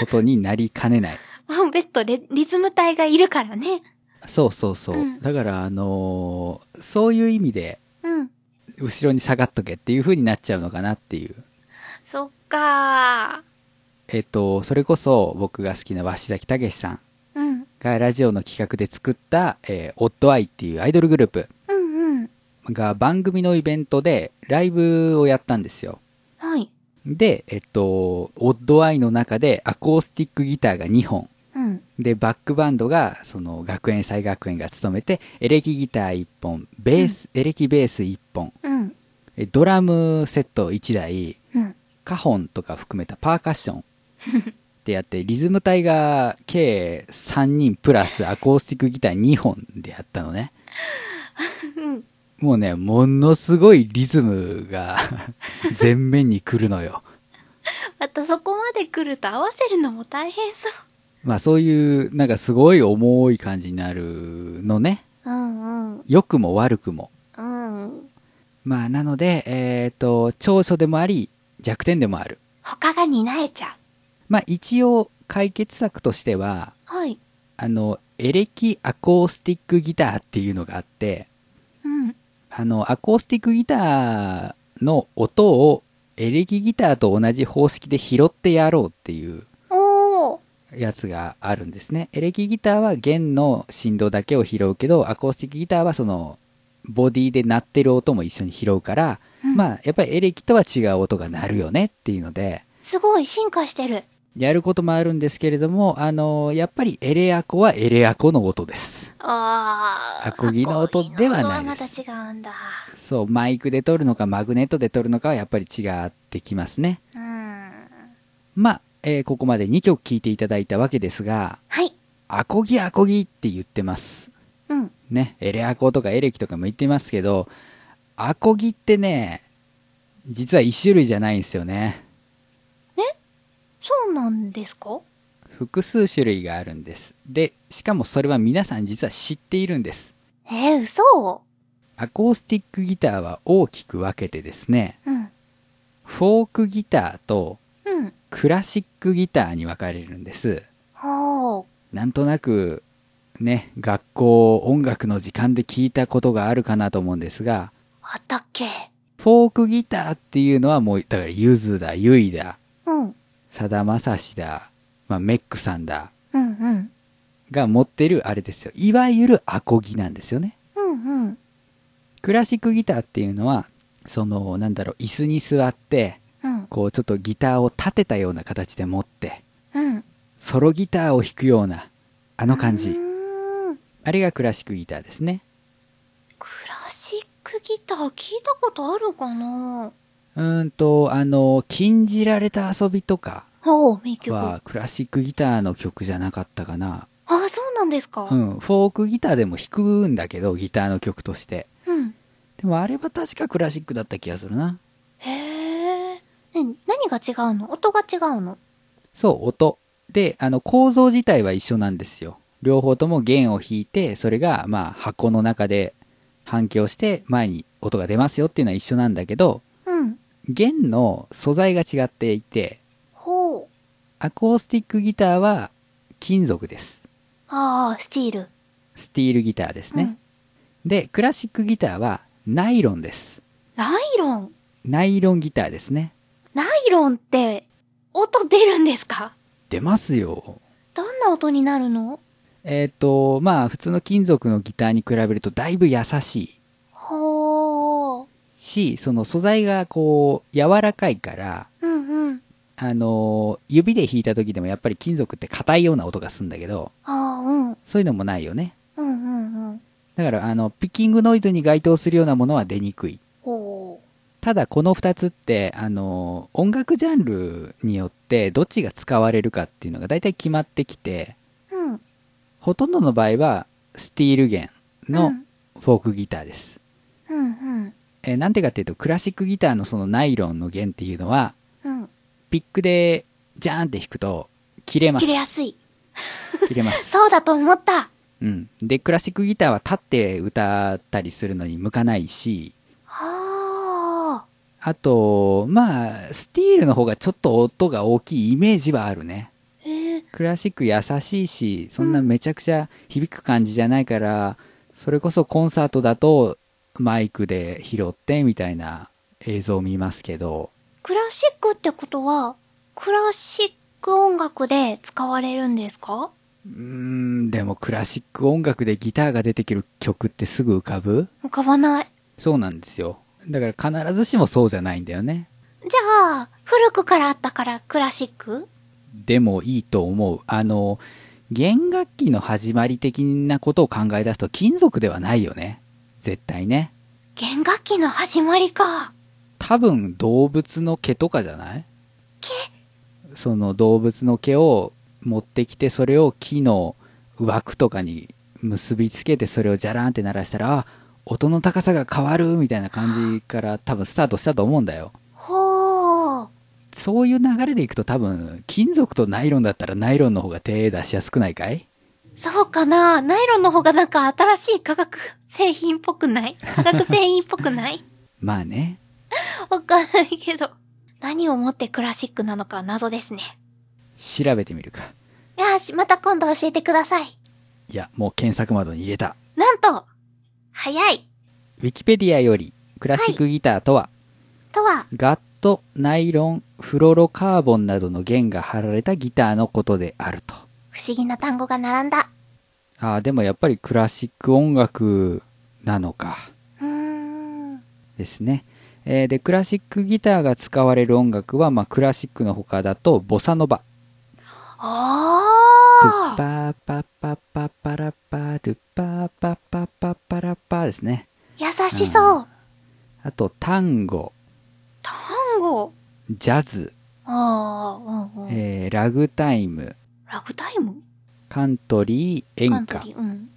S1: ことになりかねない。
S2: あベッドレ、リズム体がいるからね。
S1: そうそうそう。
S2: うん
S1: だから、あのーそういう意味で、
S2: うん。
S1: 後ろに下がっとけっていう風になっちゃうのかなっていう。
S2: そっか
S1: えっと、それこそ僕が好きな鷲崎武さん
S2: ー。うん。
S1: がラジオの企画で作った、えーオッドアイっていうアイドルグループ
S2: うんうん。
S1: が番組のイベントでライブをやったんですよ。
S2: はい。
S1: で、えっと、オッドアイの中でアコースティックギターが2本。
S2: うん。
S1: で、バックバンドが、その、学園祭学園が務めて、エレキギター1本、ベース、エレキベース1本、
S2: うん。
S1: えドラムセット1台、
S2: うん。
S1: カホンとか含めたパーカッションってやってリズム隊が計3人プラスアコースティックギター2本でやったのね
S2: うん。
S1: もうねものすごいリズムが 前面に来るのよ
S2: またそこまで来ると合わせるのも大変そう。
S1: まあそういうなんかすごい重い感じになるのね
S2: うんうん。
S1: 良くも悪くも
S2: うん。
S1: まあなのでえっ、と長所でもあり弱点でもある
S2: 他が担えちゃ
S1: まあ一応解決策としては
S2: う。はい。
S1: あのエレキアコースティックギターっていうのがあって
S2: うん。
S1: あの、アコースティックギターの音をエレキギターと同じ方式で拾ってやろうっていう
S2: おー。
S1: やつがあるんですね。エレキギターは弦の振動だけを拾うけど、アコースティックギターはその、ボディで鳴ってる音も一緒に拾うから、
S2: うん
S1: まあ、やっぱりエレキとは違う音が鳴るよねっていうので、
S2: すごい進化してる。
S1: やることもあるんですけれども、あの、やっぱりエレアコはエレアコの音です。
S2: あー。
S1: アコギの音ではないです
S2: アコギの音はまた違うんだ。
S1: そう、マイクで撮るのかマグネットで撮るのかはやっぱり違ってきますね。
S2: うん。
S1: まあ、えーここまで2曲聴いていただいたわけですが、
S2: はい。
S1: アコギアコギって言ってます。
S2: うん。
S1: ね、エレアコとかエレキとかも言ってますけど、アコギってね、実は1種類じゃないんですよね。
S2: そうなんですか
S1: 複数種類があるんです。で、しかもそれは皆さん実は知っているんです。
S2: えー、嘘
S1: アコースティックギターは大きく分けてですね、
S2: うん。
S1: フォークギターと
S2: うん。
S1: クラシックギターに分かれるんです。
S2: ほう。
S1: なんとなくね学校音楽の時間で聞いたことがあるかなと思うんですが
S2: あったっけ。
S1: フォークギターっていうのはもうだからゆずだゆいだ
S2: うん。
S1: さだまさしだ、まあ、メックさんだ
S2: うんうん。
S1: が持ってるあれですよいわゆるアコギなんですよね
S2: うんうん。
S1: クラシックギターっていうのはそのなんだろう椅子に座って
S2: うん。
S1: こうちょっとギターを立てたような形で持って
S2: うん。
S1: ソロギターを弾くようなあの感
S2: う
S1: じ
S2: ーん。
S1: あれがクラシックギターですね
S2: クラシックギター聞いたことあるかな
S1: うーんと、あの、禁じられた遊びとか
S2: ほう、名曲。あ
S1: は、クラシックギターの曲じゃなかったかな。
S2: あ、そうなんですか。
S1: うん、フォークギターでも弾くんだけど、ギターの曲として。
S2: うん。
S1: でもあれは確かクラシックだった気がするな。
S2: へえ。ね、何が違うの音が違うの
S1: そう、音。で、あの、構造自体は一緒なんですよ。両方とも弦を弾いて、それが、まあ、箱の中で反響して、前に音が出ますよっていうのは一緒なんだけど、
S2: うん。
S1: 弦の素材が違っていて、
S2: ほう。
S1: アコースティックギターは金属です。
S2: ああ、スティール。
S1: スティールギターですね、でクラシックギターはナイロンです
S2: ナイロン。
S1: ナイロンギターですね
S2: ナイロンって、音出るんですか
S1: 出ますよ
S2: どんな音になるの
S1: えっ、とまあ普通の金属のギターに比べるとだいぶ優しい
S2: ほう。
S1: し、その素材がこう、柔らかいから、
S2: うんうん。
S1: あのー指で弾いた時でもやっぱり金属って硬いような音がするんだけど、
S2: ああ、うん。
S1: そういうのもないよね。
S2: うんうんうん。
S1: だから、あの、ピッキングノイズに該当するようなものは出にくい。
S2: ほ
S1: ただ、この二つって、あのー音楽ジャンルによってどっちが使われるかっていうのが大体決まってきて、
S2: う。うん。
S1: ほとんどの場合は、スティール弦
S2: う
S1: の
S2: ん
S1: フォークギターです。
S2: うんうん。
S1: えーなんでかっていうと、クラシックギターのそのナイロンの弦っていうのは、
S2: うん。
S1: ピックで、ジャーンって弾くと、切れます。
S2: 切れやすい。
S1: 切れ ます。
S2: そうだと思った。
S1: うん。で、クラシックギターは立って歌ったりするのに向かないし、
S2: はあ。
S1: あと、まあ、スティールの方がちょっと音が大きいイメージはあるね。
S2: へえ。
S1: クラシック優しいし、そんなめちゃくちゃ響く感じじゃないから、それこそコンサートだとマイクで拾ってみたいな映像を見ますけど、
S2: クラシックってことは、クラシック音楽で使われるんですか
S1: うーん、でもクラシック音楽でギターが出てくる曲ってすぐ浮かぶ
S2: 浮かばない。
S1: そうなんですよ。だから必ずしもそうじゃないんだよね。
S2: じゃあ、古くからあったからクラシック
S1: でもいいと思う。あの、弦楽器の始まり的なことを考え出すと金属ではないよね。絶対ね。
S2: 弦楽器の始まりか。
S1: 多分動物の毛とかじゃないその動物の毛を持ってきてそれを木の枠とかに結びつけてそれをジャラーンって鳴らしたら、あ音の高さが変わるみたいな感じから多分スタートしたと思うんだよ。
S2: ほう。
S1: そういう流れでいくと多分金属とナイロンだったらナイロンの方が手出しやすくないかい
S2: そうかなナイロンの方がなんか新しい化学製品っぽくない化学製品っぽくない
S1: まあね。
S2: わかんないけど。何をもってクラシックなのかは謎ですね。
S1: 調べてみるか。
S2: よし、また今度教えてください。
S1: いや、もう検索窓に入れた。
S2: なんと早い
S1: ウィキペディアより、クラシックギターとは、
S2: とは、
S1: ガット、ナイロン、フロロカーボンなどの弦が貼られたギターのことであると。
S2: 不思議な単語が並んだ。
S1: ああ、でもやっぱりクラシック音楽なのか。
S2: うーん。
S1: ですね。えーで、クラシックギターが使われる音楽は、まあ、クラシックの他だと、ボサノバ。ドゥッ
S2: あ
S1: パ
S2: ー
S1: ーパッパッパッパラッパー、ドゥッパーパッパッパッパラッパーですね。
S2: 優しそう
S1: あと、タンゴ、
S2: 単語
S1: ジャズ、
S2: ああ、うんうん。
S1: えーラグタイム、
S2: ラグタイム
S1: カントリー、演
S2: カン
S1: 歌
S2: ト。リーうん。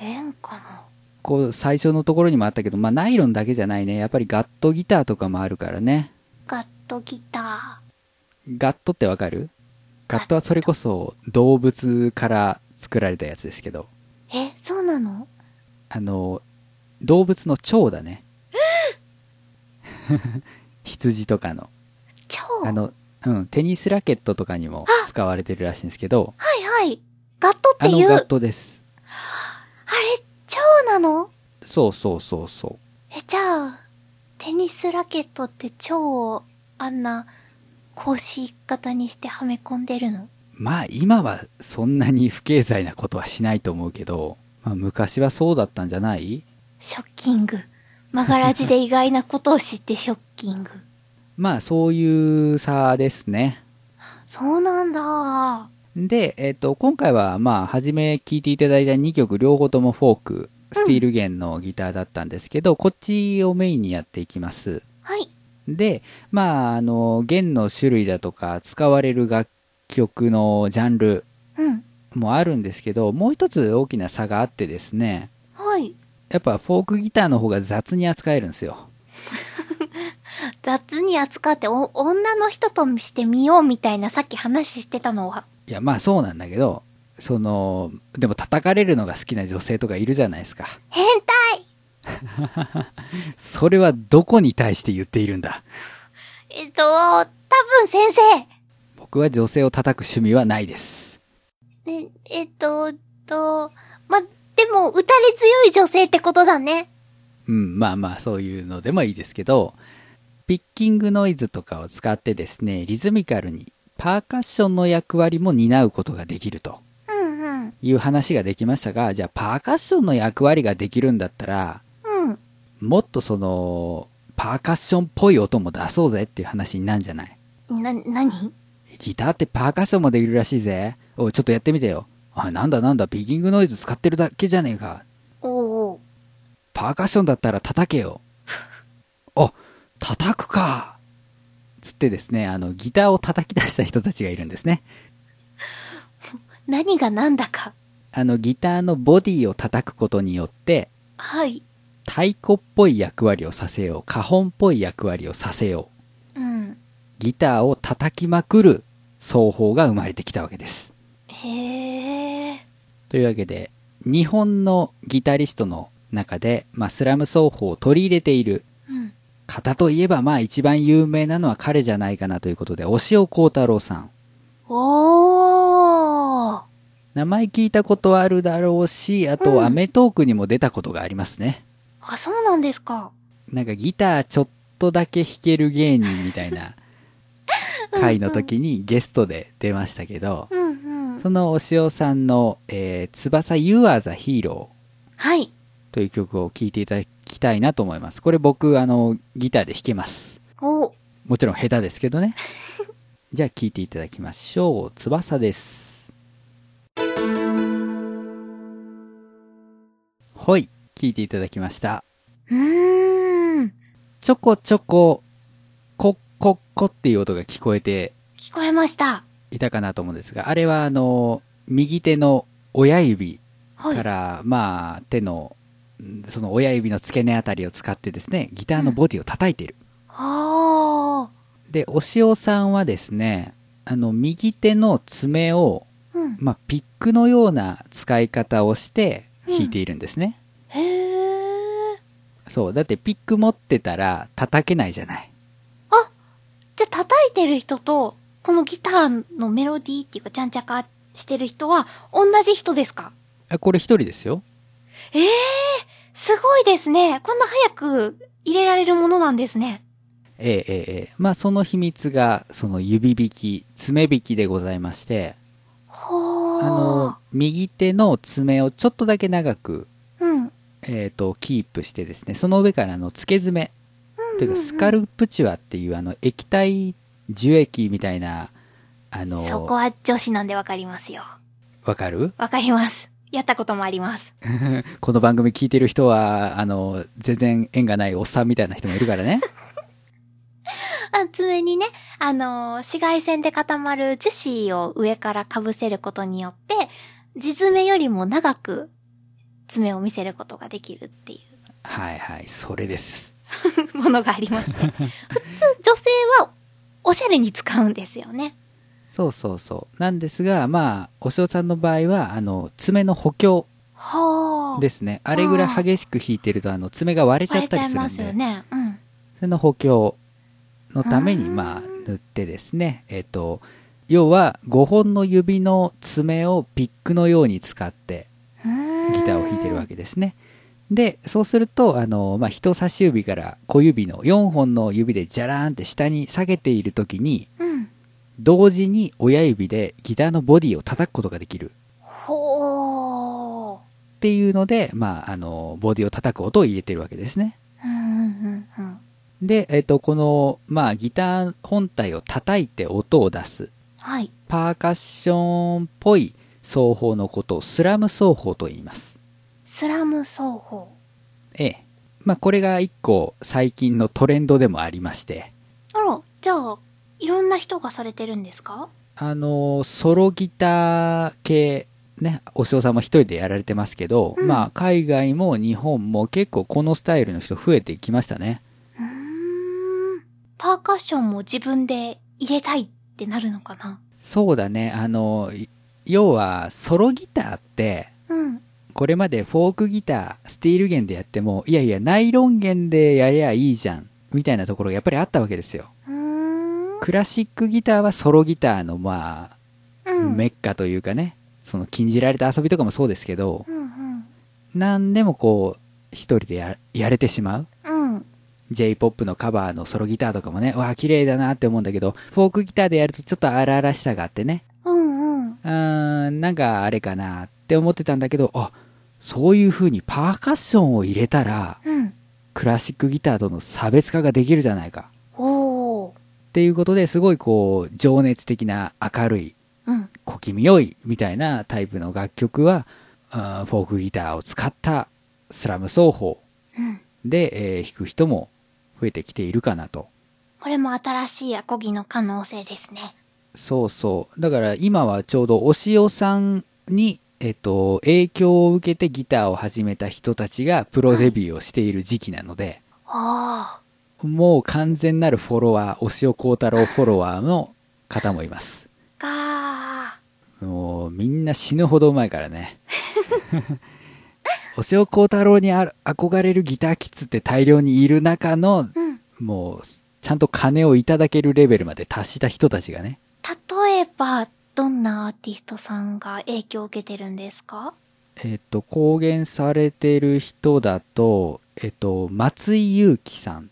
S2: 演歌の。
S1: こう、最初のところにもあったけど、まあ、ナイロンだけじゃないね。やっぱりガットギターとかもあるからね。
S2: ガットギタ
S1: ガットってわかるガットはそれこそ動物から作られたやつですけど、
S2: ー。え、そうなの
S1: あの、動物の腸だ ね。羊とかの。
S2: 超
S1: あ
S2: は
S1: の、うん、テニスラケットとかにも使われてるらしいんですけど、
S2: いはい。ガットっ
S1: あ
S2: て
S1: の
S2: いう。あ
S1: ガッ
S2: れ、
S1: トです。
S2: 超なの
S1: そうそうそうそう。
S2: え、じゃあ、テニスラケットって超をあんな、格子型にしてはめ込んでるの
S1: まあ今はそんなに不経済なことはしないと思うけど、まあ、昔はそうだったんじゃない
S2: ショッキング。曲がらじで意外なことを知ってショッキング。
S1: まあそういう差ですね。
S2: そうなんだ。
S1: で、えっ、と、今回はまあ初め聴いていただいた2曲両方ともフォーク、スティール弦のギターだったんですけど、こっちをメインにやっていきます。
S2: はい。
S1: で、まああの、弦の種類だとか使われる楽曲のジャンル
S2: うん。
S1: もあるんですけど、もう一つ大きな差があってですね、
S2: はい。
S1: やっぱフォークギターの方が雑に扱えるんですよ。
S2: 雑に扱ってお、女の人として見ようみたいなさっき話してたのは。
S1: いや、まあそうなんだけど、その、でも叩かれるのが好きな女性とかいるじゃないですか。
S2: 変態
S1: それはどこに対して言っているんだ
S2: えっと、多分先生
S1: 僕は女性を叩く趣味はないです。
S2: ね、えっと、えっと、ま、でも、打たれ強い女性ってことだね。
S1: うん、まあまあそういうのでもいいですけど、ピッキングノイズとかを使ってですね、リズミカルにパーカッションの役割も担うことができると
S2: うんうん。
S1: いう話ができましたが、じゃあパーカッションの役割ができるんだったら、
S2: うん。
S1: もっとその、パーカッションっぽい音も出そうぜっていう話になるんじゃない
S2: な、何
S1: ギターってパーカッションもできるらしいぜ。おい、ちょっとやってみてよ。あ、なんだなんだ、ビギングノイズ使ってるだけじゃねえか。
S2: おお
S1: パーカッションだったら叩けよ。 あ、叩くか。つってですね、あの、ギターを叩き出した人たちがいるんですね。
S2: 何が何だか。
S1: あの、ギターのボディを叩くことによって、
S2: はい。
S1: 太鼓っぽい役割をさせよう。花本っぽい役割をさせよう。
S2: うん。
S1: ギターを叩きまくる奏法が生まれてきたわけです。
S2: へえ。
S1: というわけで、日本のギタリストの中で、まあ、スラム奏法を取り入れている
S2: うん。
S1: 方といえば、まあ、一番有名なのは彼じゃないかなということで、押尾幸太郎さん。
S2: おお
S1: 名前聞いたことあるだろうし、あ
S2: うん
S1: と、アメトークにも出たことがありますね。
S2: あ、そうなんですか。
S1: なんかギターちょっとだけ弾ける芸人みたい な回の時にゲストで出ましたけど、
S2: うんうん。
S1: その押尾さんの、えー翼 You are the Hero
S2: はい。
S1: という曲を聴いていただきたいなと思います。これ僕、あの、ギターで弾けます。
S2: お
S1: もちろん下手ですけど ね。じゃあ聴いていただきましょう。翼です。ほい、聴いていただきました。
S2: うーん。
S1: ちょこちょこ、コッコッコっていう音が聞こえて
S2: 聞こえました。
S1: いたかなと思うんですが、あれはあの、右手の親指
S2: はい。
S1: から、まあ、手の、んその親指の付け根あたりを使ってですね、ギターのボディを叩いている。
S2: ああ。
S1: で、お塩さんはですね、あの、右手の爪を、
S2: うん。
S1: まあ、ピックのような使い方をして弾いているんですね。
S2: へえ。
S1: そう、だってピック持ってたら叩けないじゃない。
S2: じゃあ叩いてる人と、このギターのメロディーっていうか、ちゃんちゃかしてる人は、同じ人ですか
S1: あこれ一人ですよ。
S2: ええすごいですね。こんな早く入れられるものなんですね。
S1: ええええええまあその秘密がその指引き爪引きでございまして
S2: ほ
S1: あ
S2: ー。
S1: の右手の爪をちょっとだけ長く、
S2: うん。
S1: えー、とキープしてですねその上からあの付け爪というかスカ
S2: ル
S1: ルプチュアっていうあの液体樹液みたいなあ
S2: そこ
S1: の
S2: は女子なんでわかりますよ。
S1: わかる
S2: わかります。やったこともあります。
S1: この番組聞いてる人はあの全然縁がないおっさんみたいな人もいるから ね
S2: あ、爪にね、あのー紫外線で固まる樹脂を上から被せることによって、地爪よりも長く爪を見せることができるってい
S1: はいはいそれです
S2: うものがありますね。普通、女性はおしゃれに使うんですよね。
S1: そうそうそうなんですがまあお塩さんの場合はあの爪の補強
S2: はあ。
S1: ですね。あれぐらい激しく弾いてると、あの、爪が割れちゃ
S2: 割
S1: っ
S2: れち
S1: た
S2: ゃ
S1: り
S2: い
S1: する
S2: ま
S1: ん
S2: すよ
S1: で、
S2: ね。うん。
S1: それの補強のために、
S2: うん
S1: まあ、塗ってですね、えっ、と、要は5本の指の爪をピックのように使ってギターを弾いてるわ
S2: け。
S1: けですね。で、そうすると、あの、まあ、人差し指から小指の4本の指でジャラーンって下に下げているときに、
S2: うん。
S1: 同時に親指でギターのボディを叩くことができる。
S2: ほー。
S1: っていうので、まあ、あの、ボディを叩く音を入れてるわけですね。
S2: うんうんうんうん。
S1: で、えっとこの、まあ、ギター本体を叩いて音を出す
S2: はい。
S1: パーカッションっぽい奏法のことをスラム奏法と言います
S2: スラム奏法。
S1: ええまあこれが一個最近のトレンドでもありまして
S2: あら、じゃあ、いろんな人がされてるんですか
S1: あのソロギター系ねお塩さんも一人でやられてますけど、
S2: うん
S1: まあ海外も日本も結構このスタイルの人増えてきましたね
S2: うーん。パーカッションも自分で入れたいってなるのかな
S1: そうだねあのい要はソロギターって
S2: うん。
S1: これまでフォークギタースティール弦でやってもいやいやナイロン弦でやりゃいいじゃんみたいなところがやっぱりあったわけですよ
S2: うーん。
S1: クラシックギターはソロギターのま
S2: う
S1: あ
S2: ん。
S1: メッカというかねその禁じられた遊びとかもそうですけど
S2: うん
S1: 何でもこう一人でややれてしまう
S2: うん。うん。
S1: j p o p のカバーのソロギターとかもねわあ綺麗だなって思うんだけどフォークギターでやるとちょっと荒々しさがあってね
S2: うんうん。
S1: うーんなんかあれかなって思ってたんだけどあそういう風にパーカッションを入れたら
S2: うん。
S1: クラシックギターとの差別化ができるじゃないか。
S2: おー。
S1: っていうことですごいこう、情熱的な明るい、
S2: うん。
S1: 小気味良いみたいなタイプの楽曲は、あーフォークギターを使ったスラム奏法
S2: うん。
S1: で、えー弾く人も増えてきているかなと。
S2: これも新しいアコギの可能性ですね。
S1: そうそう。だから今はちょうどお塩さんに、えっと、影響を受けてギターを始めた人たちがプロデビューをしている時期なので、
S2: あ
S1: もう完全なるフォロワー、お塩幸太郎フォロワーの方もいます。
S2: ー。か
S1: もうみんな死ぬほどうまいからね。お塩幸太郎にある憧れるギターキッズって大量にいる中の、
S2: ー。うん。
S1: もう、ちゃんと金をいただけるレベルまで達した人たちがね、
S2: 例えば、どんなアーティストさんが影響を受けてるんですか
S1: えっと、公言されてる人だと、えっと、松井裕樹さん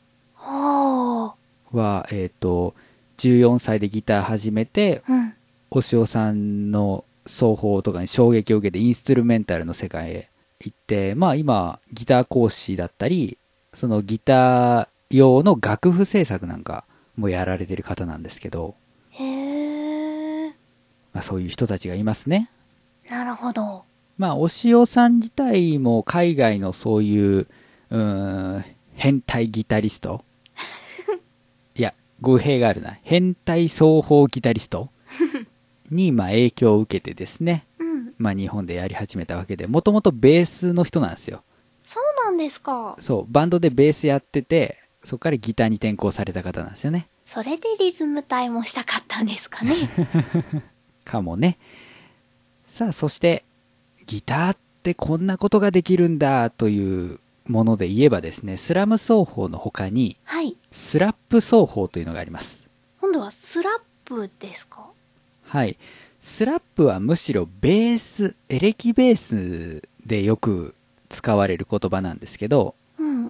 S2: おー。
S1: は、えっと、14歳でギター始めて、
S2: うん。
S1: お塩さんの奏法とかに衝撃を受けてインストゥルメンタルの世界へ行って、まあ今、ギター講師だったり、そのギター用の楽譜制作なんかもやられてる方なんですけど、
S2: へー。
S1: まあそういう人たちがいますね。
S2: なるほど。
S1: まあ、お塩さん自体も海外のそういう、うーん、変態ギタリストいや、語弊があるな。変態奏法ギタリストに、まあ、影響を受けてですね、
S2: うん。
S1: まあ、日本でやり始めたわけで、もともとベースの人なんですよ。
S2: そうなんですか。
S1: そう、バンドでベースやってて、そこからギターに転向された方なんですよね。
S2: それでリズム体もしたかったんですか ね。
S1: かもね。さあ、そして、ギターってこんなことができるんだというもので言えばですね、スラム奏法の他に、
S2: はい。
S1: スラップ奏法というのがあります。
S2: 今度はスラップですか
S1: はい。スラップはむしろベース、エレキベースでよく使われる言葉なんですけど、
S2: うん。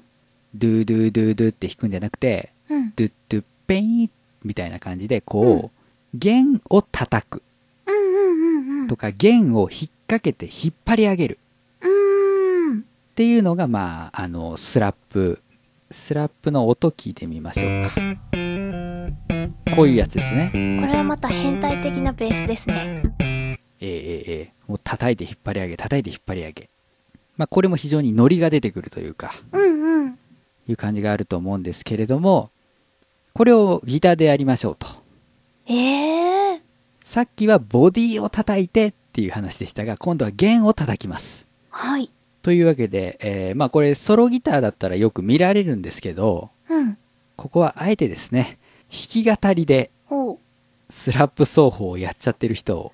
S1: ドゥドゥドゥドゥって弾くんじゃなくて、
S2: うん。
S1: ドゥドゥペインみたいな感じで、こう、弦を叩く
S2: うんうんうんうん。
S1: とか、弦を引っ掛けて引っ張り上げる。
S2: うーん。
S1: っていうのが、まあ、あの、スラップ。スラップの音聞いてみましょうか。こういうやつですね。えー
S2: これはまた変態的なベースですね。
S1: えーえーもう叩いて引っ張り上げ、叩いて引っ張り上げ。まあ、これも非常にノリが出てくるというか、
S2: うんうん。
S1: いう感じがあると思うんですけれども、これをギターでやりましょうと。
S2: ええ
S1: さっきはボディを叩いてっていう話でしたが、今度は弦を叩きます。
S2: はい。
S1: というわけで、えーまあこれソロギターだったらよく見られるんですけど、
S2: うん。
S1: ここはあえてですね、弾き語りで
S2: ほう。
S1: スラップ奏法をやっちゃってる人を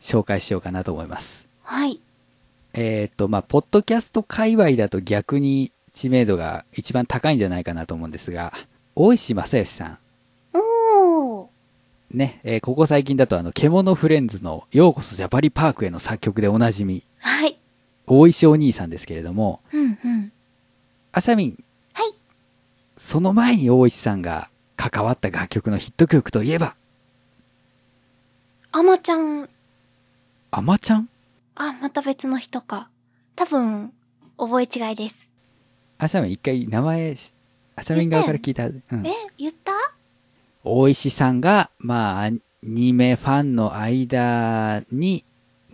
S1: 紹介しようかなと思います。
S2: はい。
S1: えっ、と、まあ、ポッドキャスト界隈だと逆に知名度が一番高いんじゃないかなと思うんですが、大石正義さん。
S2: おー。
S1: ね、えーここ最近だとあの、獣フレンズのようこそジャパリパークへの作曲でおなじみ、
S2: はい。
S1: 大石お兄さんですけれども、
S2: うんうん。
S1: あしゃみん、
S2: はい。
S1: その前に大石さんが関わった楽曲のヒット曲といえば、
S2: あまちゃん。
S1: あまちゃん
S2: あ、また別の人か。多分、覚え違いです。
S1: あしゃみん一回名前し、あしゃみん側から聞いたはず。うん
S2: え、言った
S1: 大石さんが、まあ、アニメファンの間に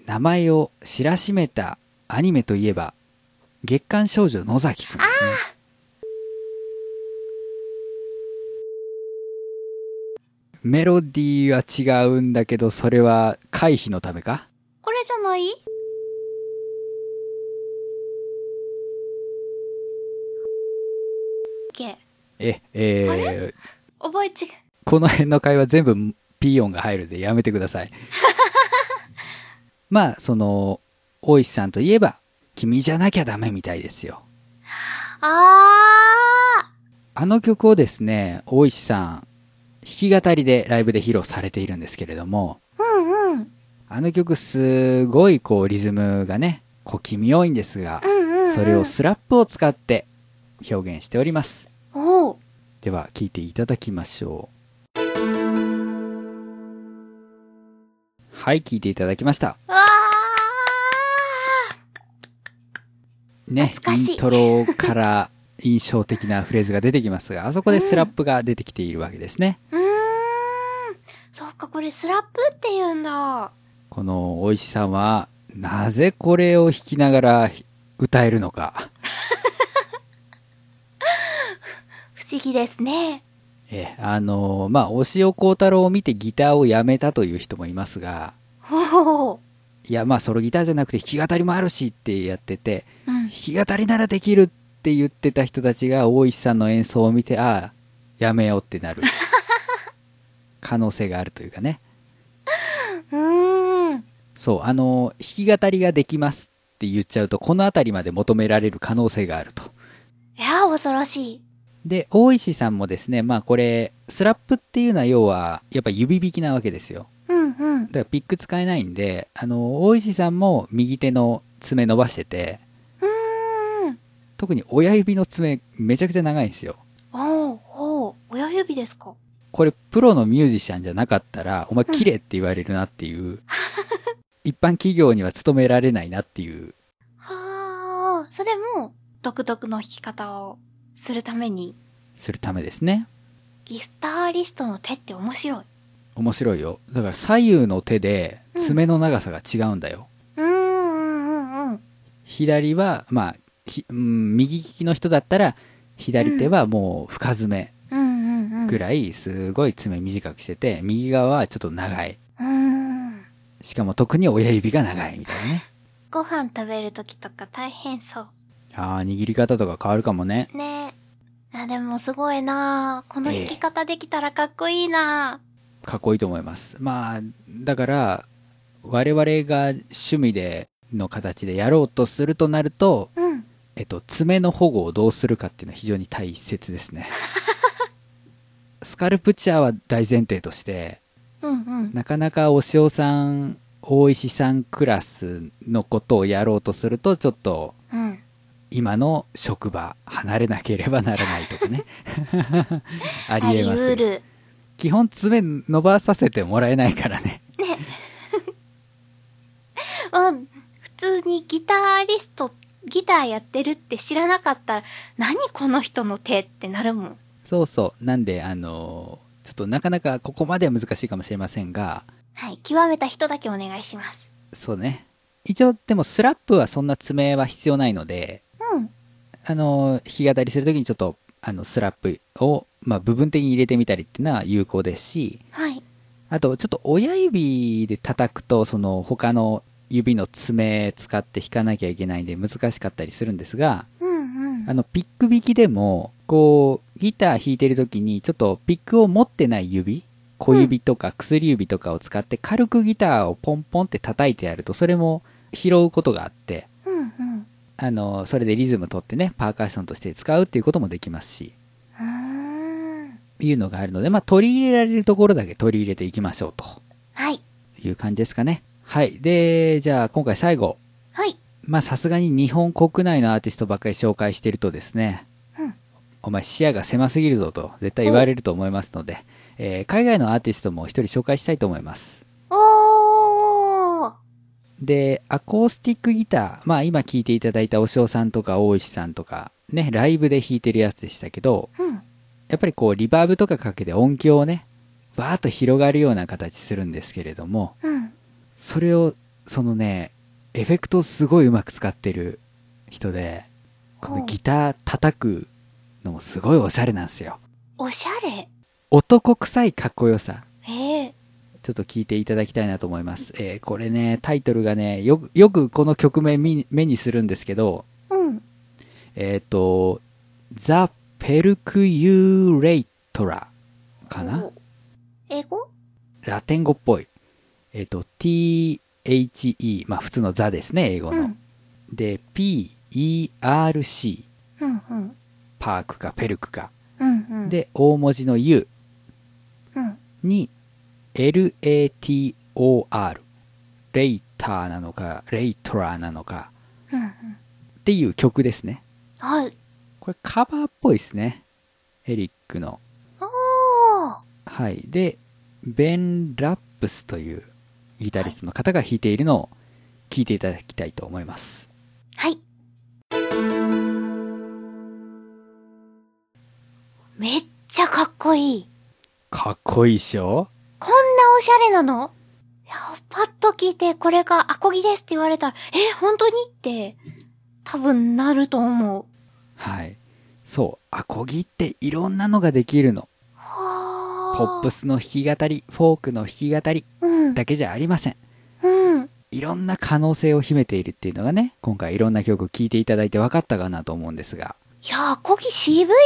S1: 名前を知らしめたアニメといえば、月刊少女野崎くんですね。メロディーは違うんだけど、それは回避のためか
S2: これじゃないオッケー
S1: え、
S2: あ
S1: えー、
S2: 覚え違う。
S1: この辺の会話全部ピー音が入るんでやめてくださ い。まあ、その、大石さんといえば、君じゃなきゃダメみたいですよ。
S2: あ
S1: あの曲をですね、大石さん、弾き語りでライブで披露されているんですけれども、
S2: ーうんうん。
S1: あの曲すごいこうリズムがね、小気味良いんですが
S2: う、んうん、うん。
S1: それをスラップを使って表現しております。
S2: おう。
S1: では、聴いていただきましょう。はい、聴いていただきました。
S2: わ
S1: ね、
S2: 懐かしい
S1: イントロから印象的なフレーズが出てきますが、あそこでスラップが出てきているわけですね。
S2: うーん。そっか、これスラップって言うんだ。
S1: このお石さんは、なぜこれを弾きながら歌えるのか。
S2: 不思議ですね。
S1: ええ、あの、まあ、押尾幸太郎を見てギターをやめたという人もいますが、
S2: ほう。
S1: いや、まあ、ソロギターじゃなくて弾き語りもあるしってやってて、
S2: うん
S1: 弾。き語りならできるって言ってた人たちが大石さんの演奏を見てああやめようってな る可能性があるというかね
S2: うーん。
S1: そうあの弾き語りができますって言っちゃうとこの辺りまで求められる可能性があると
S2: いやー、恐ろしい。
S1: で大石さんもですねまあこれスラップっていうのは要はやっぱ指弾きなわけですよ
S2: うんうん
S1: だ。からピック使えないんであの大石さんも右手の爪伸ばしてて
S2: うーん。
S1: 特に親指の爪めちゃくちゃ長いんですよ
S2: おうおう。親指ですか。
S1: これプロのミュージシャンじゃなかったらお前綺麗って言われるなっていう、 一般企業には勤められないなっていう
S2: はあ。それも、独特の弾き方をするために、
S1: するためですね
S2: ギタリストの手って面白い。
S1: 面白いよだから左右の手で爪の長さが違うんだよ、
S2: うーんうんうんうん。
S1: 左はまあひうん右利きの人だったら左手はもう深爪
S2: うんうんうん。
S1: ぐらいすごい爪短くしてて右側はちょっと長いう
S2: ーん。
S1: しかも特に親指が長いみたいなね
S2: ご飯食べるときとか大変そ
S1: あー握り方とか変わるかもね
S2: う。ねえ。あ、でもすごいなあこの弾き方できたらかっこいいなあ
S1: かっこいいと思いますまあだから我々が趣味での形でやろうとするとなると、
S2: うん。
S1: えっと、爪の保護をどうするかっていうのは非常に大切です ねスカルプチャーは大前提として
S2: うんうん。
S1: なかなかお塩さん大石さんクラスのことをやろうとするとちょっと
S2: うん。
S1: 今の職場離れなければならないとかね ありえますよ
S2: あり得る。
S1: 基本爪伸ばさせてもらえないからね
S2: あ、普通にギタリスト、ギターやってるって知らなかったら、何この人の手ってなるもん。
S1: そうそう。なんで、あのーちょっとなかなかここまでは難しいかもしれませんが、
S2: はい。極めた人だけお願いします。
S1: そうね。一応、でもスラップはそんな爪は必要ないので、
S2: うん。
S1: あのー弾き語りするときにちょっと、あの、スラップを、まあ、部分的に入れてみたりっていうのは有効ですし、
S2: はい。
S1: あと、ちょっと親指で叩くと、その、他の指の爪使って弾かなきゃいけないんで難しかったりするんですが、
S2: うんう
S1: あ
S2: ん。
S1: の、ピック弾きでも、こう、ギター弾いてる時に、ちょっとピックを持ってない指、小指とか薬指とかを使って、軽くギターをポンポンって叩いてやると、それも拾うことがあって、
S2: うんうん。
S1: あの、それでリズム取ってね、パーカッションとして使うっていうこともできますし、
S2: うーん。
S1: いうのがあるので、まあ、取り入れられるところだけ取り入れていきましょうと
S2: はい。
S1: いう感じですかね。はい。で、じゃあ、今回最後。
S2: はい。
S1: まあ、さすがに日本国内のアーティストばっかり紹介してるとですね、
S2: うん。
S1: お前視野が狭すぎるぞと絶対言われると思いますので、えー海外のアーティストも一人紹介したいと思います。
S2: おー
S1: で、アコースティックギター、まあ今聴いていただいたおしおさんとか大石さんとか、ね、ライブで弾いてるやつでしたけど、
S2: うん。
S1: やっぱりこうリバーブとかかけて音響をね、わーっと広がるような形するんですけれども、
S2: うん。
S1: それを、そのね、エフェクトをすごいうまく使ってる人で、このギター叩くのもすごいおしゃれなんですよ。
S2: おしゃれ
S1: 男臭いかっこよさ。
S2: ええ
S1: ちょっと聞いていただきたいなと思います。えーこれね、タイトルがね、よく、よくこの曲名見目にするんですけど、
S2: うん。
S1: えっ、と、ザ・ペルクユーレイトラかな
S2: お英語
S1: ラテン語っぽい。えっ、と、THE、まあ普通のザですね、英語
S2: う
S1: の。
S2: ん。
S1: で、PERC、
S2: うんうん。
S1: パークかペルクか。
S2: うんうん。、
S1: で、大文字の U
S2: うん。
S1: に LATOR、レイターなのか、レイトラーなのか、
S2: うんうん。
S1: っていう曲ですね。
S2: はい。
S1: これカバーっぽいですね。エリックの。
S2: おー
S1: はい。で、ベン・ラップスというギタリストの方が弾いているのを聴いていただきたいと思います。
S2: はい。こいい。
S1: かっこいいっしょ
S2: こんなおしゃれなのいやパッと聞いて、これがアコギですって言われたら、え、本当にって、多分なると思う。
S1: はい。そう、アコギっていろんなのができるの。
S2: は
S1: ポ
S2: あ。
S1: ップスの弾き語り、フォークの弾き語り
S2: うん。
S1: だけじゃありません。
S2: うん。
S1: いろんな可能性を秘めているっていうのがね、今回いろんな曲を聴いていただいて分かったかなと思うんですが。
S2: いや、アコギ渋いね。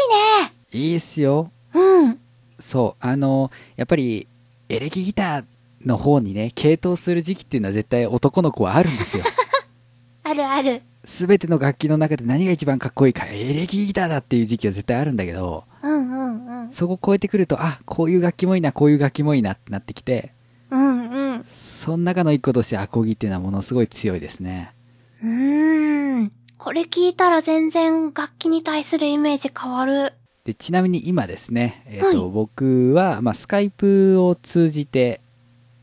S1: いいっすよ。
S2: うん。
S1: そう、あの、やっぱり、エレキギターの方にね、傾倒する時期っていうのは絶対男の子はあるん ですよ。
S2: あるある。
S1: すべての楽器の中で何が一番かっこいいか、エレキギターだっていう時期は絶対あるんだけど、
S2: うんうんうん。
S1: そこを超えてくると、あ、こういう楽器もいいな、こういう楽器もいいなってなってきて、
S2: うんうん。う
S1: その中の一個としてアコギっていうのはものすごい強いですね。
S2: ーん。これ聞いたら全然楽器に対するイメージ変わる。
S1: で、ちなみに今ですね、えっ、と、
S2: は
S1: 僕は、まあ、スカイプを通じて、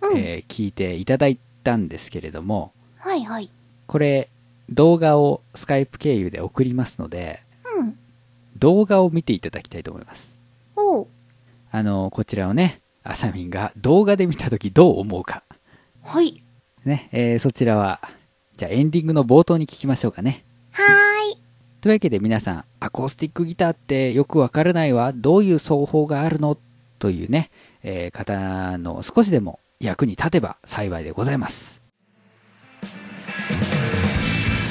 S2: うん。
S1: えー聞いていただいたんですけれども、
S2: はいはい。
S1: これ、動画をスカイプ経由で送りますので、
S2: うん。
S1: 動画を見ていただきたいと思います。
S2: おう。
S1: あの、こちらをね、あさみんが動画で見たときどう思うか。
S2: はい。
S1: ね、えーそちらは、じゃあエンディングの冒頭に聞きましょうかね。
S2: はーい。
S1: というわけで皆さん、アコースティックギターってよくわからないわ、どういう奏法があるのというね、えー方の少しでも役に立てば幸いでございます。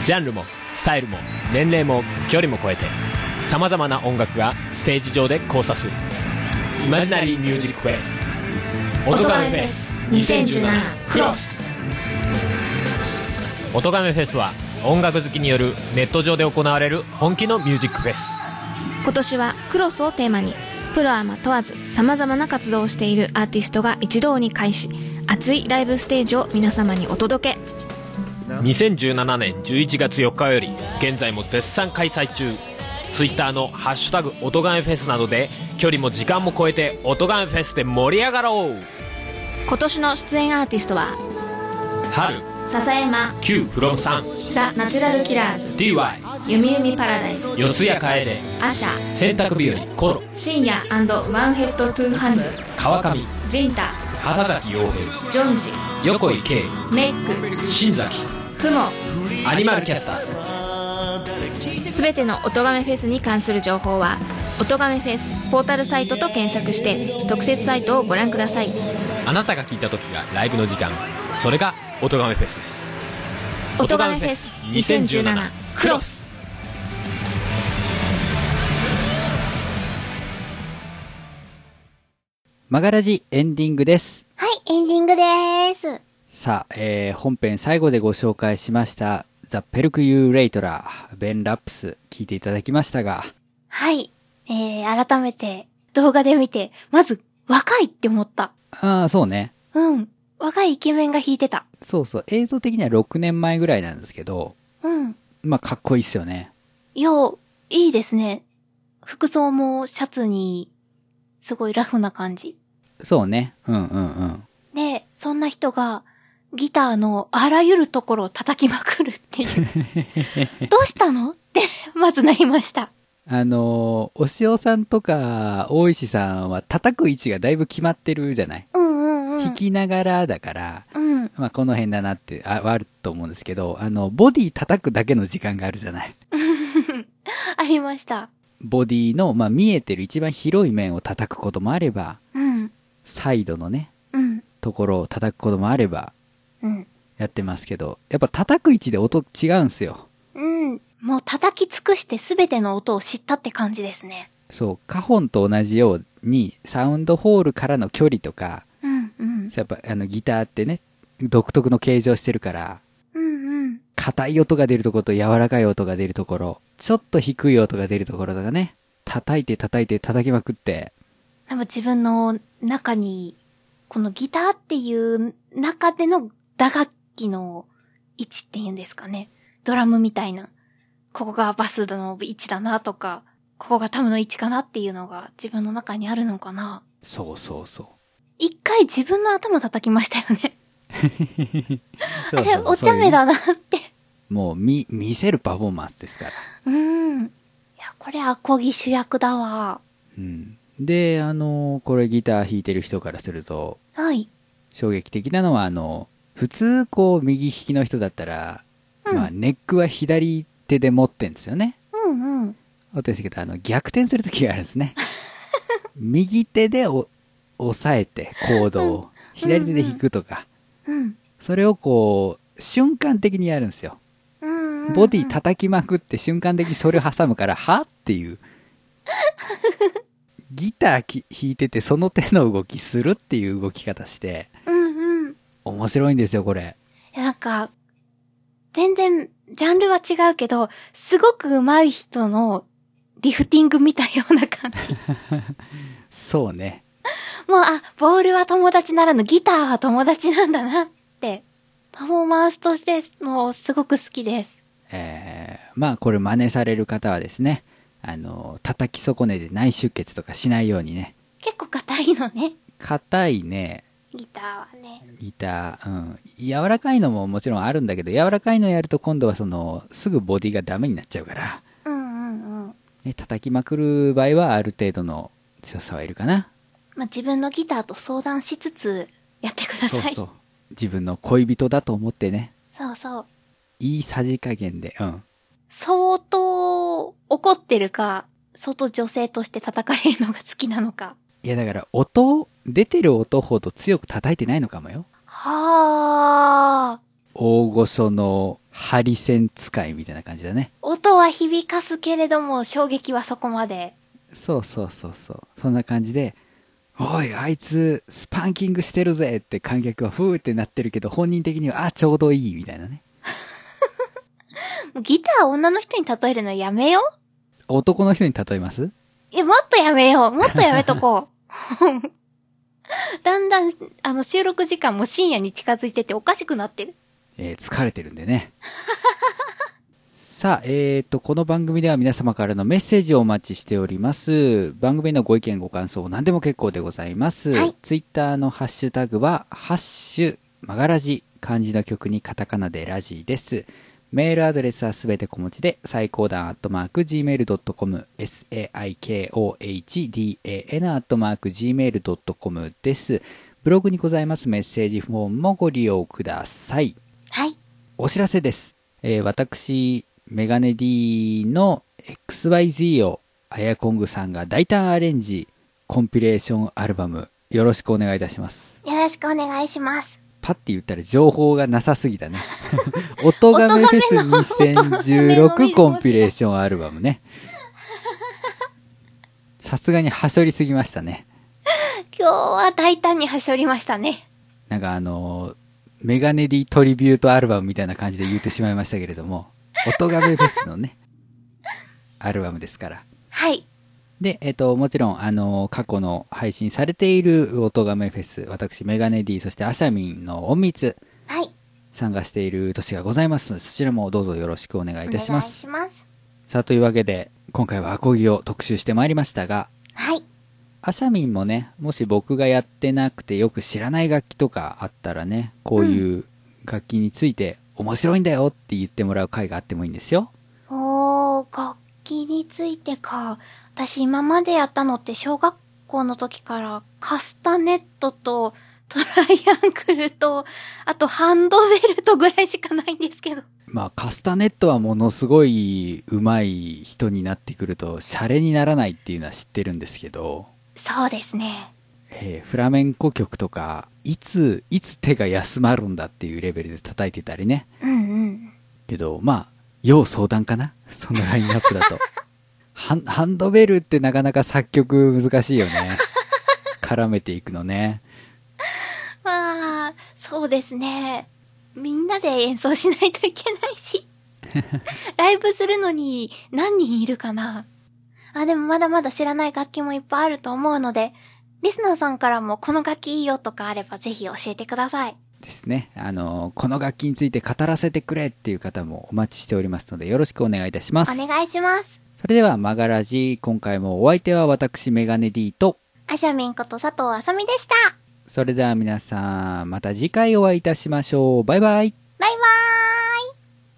S3: ジャンルもスタイルも年齢も距離も超えてさまざまな音楽がステージ上で交差するイマジナリーミュージックフェス音ガメフェス2017クロス音ガメフェスは音楽好きによるネット上で行われる本気のミュージックフェス
S4: 今年は「クロス」をテーマにプロアマ問わずさまざまな活動をしているアーティストが一堂に会し熱いライブステージを皆様にお届け
S3: 2017年11月4日より現在も絶賛開催中 Twitter の「ハッシュタグ音ガメフェス」などで距離も時間も超えて音ガメフェスで盛り上がろう
S4: 今年の出演アーティストは
S3: 春
S4: 笹山
S3: Q from 3
S4: ザ・ナチュラルキラーズ
S3: DY
S4: ゆみゆみパラダイス
S3: 四谷楓
S4: アシャ
S3: 洗濯日和コロ
S4: 深夜ワンヘッドトゥーハンズ
S3: 川上
S4: ジンタ
S3: 畑崎陽平
S4: ジョンジ
S3: 横井圭
S4: メック
S3: 新崎
S4: クモ
S3: アニマルキャスターズ
S4: すべての音がめフェスに関する情報は「音がめフェス」ポータルサイトと検索して特設サイトをご覧ください
S3: あなたが聞いた時がライブの時間それが音とがめフェスです
S4: 音がめフェス2017クロス
S1: マガラジエンディングです。
S2: はい、エンディングでーす。
S1: さあ、えー本編最後でご紹介しました、ザ・ペルク・ユー・レイトラー、ベン・ラップス、聞いていただきましたが、
S2: はい。えー、改めて動画で見て、まず若いって思った。
S1: ああ、そうね。
S2: うん。若いイケメンが弾いてた。
S1: そうそう、映像的には6年前ぐらいなんですけど、
S2: うん。
S1: まあ、かっこいいっすよね。
S2: いや、いいですね。服装もシャツに、すごいラフな感じ。
S1: そうね。うんうんうん。
S2: で、そんな人が、ギターのあらゆるところを叩きまくるっていう。どうしたのって、まずなりました。
S1: あのー、押尾さんとか、大石さんは叩く位置がだいぶ決まってるじゃない、
S2: うんうんうん。
S1: 弾きながらだから、
S2: うん。
S1: まあ、この辺だなって、あ、はあると思うんですけど、あの、ボディ叩くだけの時間があるじゃない
S2: ありました。
S1: ボディの、まあ、見えてる一番広い面を叩くこともあれば、
S2: うん。
S1: サイドのね、
S2: うん。
S1: ところを叩くこともあれば、
S2: うん。
S1: やってますけど、やっぱ叩く位置で音違うんすよ。
S2: うん。もう叩き尽くしてすべての音を知ったって感じですね。
S1: そう、カホンと同じように、サウンドホールからの距離とか、
S2: うんうん。
S1: やっぱあのギターってね、独特の形状してるから、
S2: うんうん。
S1: 硬い音が出るところと柔らかい音が出るところ、ちょっと低い音が出るところとかね、叩いて叩いて叩きまくって、
S2: なんか自分の中に、このギターっていう中での打楽器の位置っていうんですかね。ドラムみたいな。ここがバスの位置だなとか、ここがタムの位置かなっていうのが自分の中にあるのかな。
S1: そうそうそう。
S2: 一回自分の頭叩きましたよ ね。
S1: そうそう
S2: あれ、お茶目。だなって。
S1: もう見、見せるパフォーマンスですから。
S2: うん。いや、これアコギ主役だわ。
S1: うん。で、あの、これギター弾いてる人からすると、
S2: はい。
S1: 衝撃的なのは、あの、普通、こう、右利きの人だったら、
S2: うん
S1: まあ、ネックは左手で持ってんですよね。
S2: うんうん。
S1: お手ですけど、あの、逆転するときがあるんです ね。右手でお押さえて、コードを、左手で弾くとか、
S2: うん。
S1: それをこう、瞬間的にやるんですよ。
S2: うん、うん。
S1: ボディ叩きまくって瞬間的にそれを挟むから、はって いう。ギターき弾いててその手の動きするっていう動き方して、
S2: うんうん。
S1: 面白いんですよ、これ。
S2: いやなんか、全然、ジャンルは違うけど、すごく上手い人のリフティング見たような感じ。
S1: そうね。
S2: もう、あ、ボールは友達ならぬギターは友達なんだなって、パフォーマンスとして、もうすごく好きです。
S1: えーまあこれ真似される方はですね、あの、叩き損ねで内出血とかしないようにね、
S2: 結構硬いのね、
S1: 硬いね、
S2: ギターはね。
S1: ギター、うん。柔らかいのももちろんあるんだけど、柔らかいのやると今度はその、すぐボディがダメになっちゃうから、
S2: うんうんうん。
S1: ね、叩きまくる場合はある程度の強さはいるかな。
S2: まあ、自分のギターと相談しつつ、やってくだ
S1: そう
S2: さい。
S1: そ
S2: そう
S1: う。自分の恋人だと思ってね、
S2: そう
S1: いいさじ加減で、うん。
S2: 相当怒ってるか、相当女性として叩かれるのが好きなのか。
S1: いやだから音、出てる音ほど強く叩いてないのかもよ。
S2: はあ。
S1: 大御所のハリセン使いみたいな感じだね。
S2: 音は響かすけれども、衝撃はそこまで。
S1: そうそうそうそう。そんな感じで、おい、あいつ、スパンキングしてるぜって観客はふーってなってるけど、本人的には、あ、ちょうどいいみたいなね。
S2: ギターを女の人に例えるのやめよう
S1: 男の人に例えます
S2: いや、もっとやめよう。もっとやめとこう。 だんだん、あの、収録時間も深夜に近づいてておかしくなってる。
S1: えー疲れてるんでね。さあ、えっ、と、この番組では皆様からのメッセージをお待ちしております。番組のご意見、ご感想、何でも結構でございます。
S2: はい
S1: ツイッターのハッシュタグは、ハッシュ、マガラジ、漢字の曲にカタカナでラジです。メールアドレスはすべて小文字で、最高段アットマーク gmail.com、saikohdan アットマーク gmail.com です。ブログにございますメッセージフォームもご利用ください。
S2: はい。
S1: お知らせです。えー私、メガネ D の XYZ をアヤコングさんが大胆アレンジコンピレーションアルバムよろしくお願いいたします。
S2: よろしくお願いします。
S1: パッて言ったら情報がなさすぎたね。音がめフェス2016コンピレーションアルバムね。さすがにはしょりすぎましたね。
S2: 今日は大胆にはしょりましたね。
S1: なんかあのーメガネディトリビュートアルバムみたいな感じで言ってしまいましたけれど も、音がめフェスのね、アルバムですから。
S2: はい。
S1: で、えっ、と、もちろん、あのー過去の配信されている音がめフェス、私、メガネディ、そしてアシャミンの隠密、
S2: はい。
S1: 参加している年がございますので、そちらもどうぞよろしくお願いいたしま
S2: お願い
S1: す。
S2: します。
S1: さあ、というわけで、今回はアコギを特集してまいりましたが、
S2: はい。
S1: アシャミンもね、もし僕がやってなくてよく知らない楽器とかあったらね、こういうう楽器について面白いんだよって言ってもらう回があってもいいんですよ。
S2: おー、楽器についてか。私今までやったのって小学校の時からカスタネットとトライアングルと、あとハンドベルトぐらいしかないんですけど。
S1: まあカスタネットはものすごい上手い人になってくると、シャレにならないっていうのは知ってるんですけど、
S2: そうですね。
S1: えーフラメンコ曲とか、いつ、いつ手が休まるんだっていうレベルで叩いてたりね。
S2: うんうん。
S1: けど、まあ、要相談かな そのラインナップだと。ハンハンドベルってなかなか作曲難しいよね。絡めていくのね。
S2: まあ、そうですね。みんなで演奏しないといけな いし。ライブするのに何人いるかなあ、でもまだまだ知らない楽器もいっぱいあると思うので、リスナーさんからもこの楽器いいよとかあればぜひ教えてください。
S1: ですね。あの、この楽器について語らせてくれっていう方もお待ちしておりますので、よろしくお願いいたしま
S2: お
S1: す。
S2: 願いします。
S1: それでは、マガラジ、今回もお相手は私、メガネ D と、
S2: アシャミンこと佐藤あさみでした。
S1: それでは皆さん、また次回お会いいたしましょう。バイバイ。
S2: バイバーイ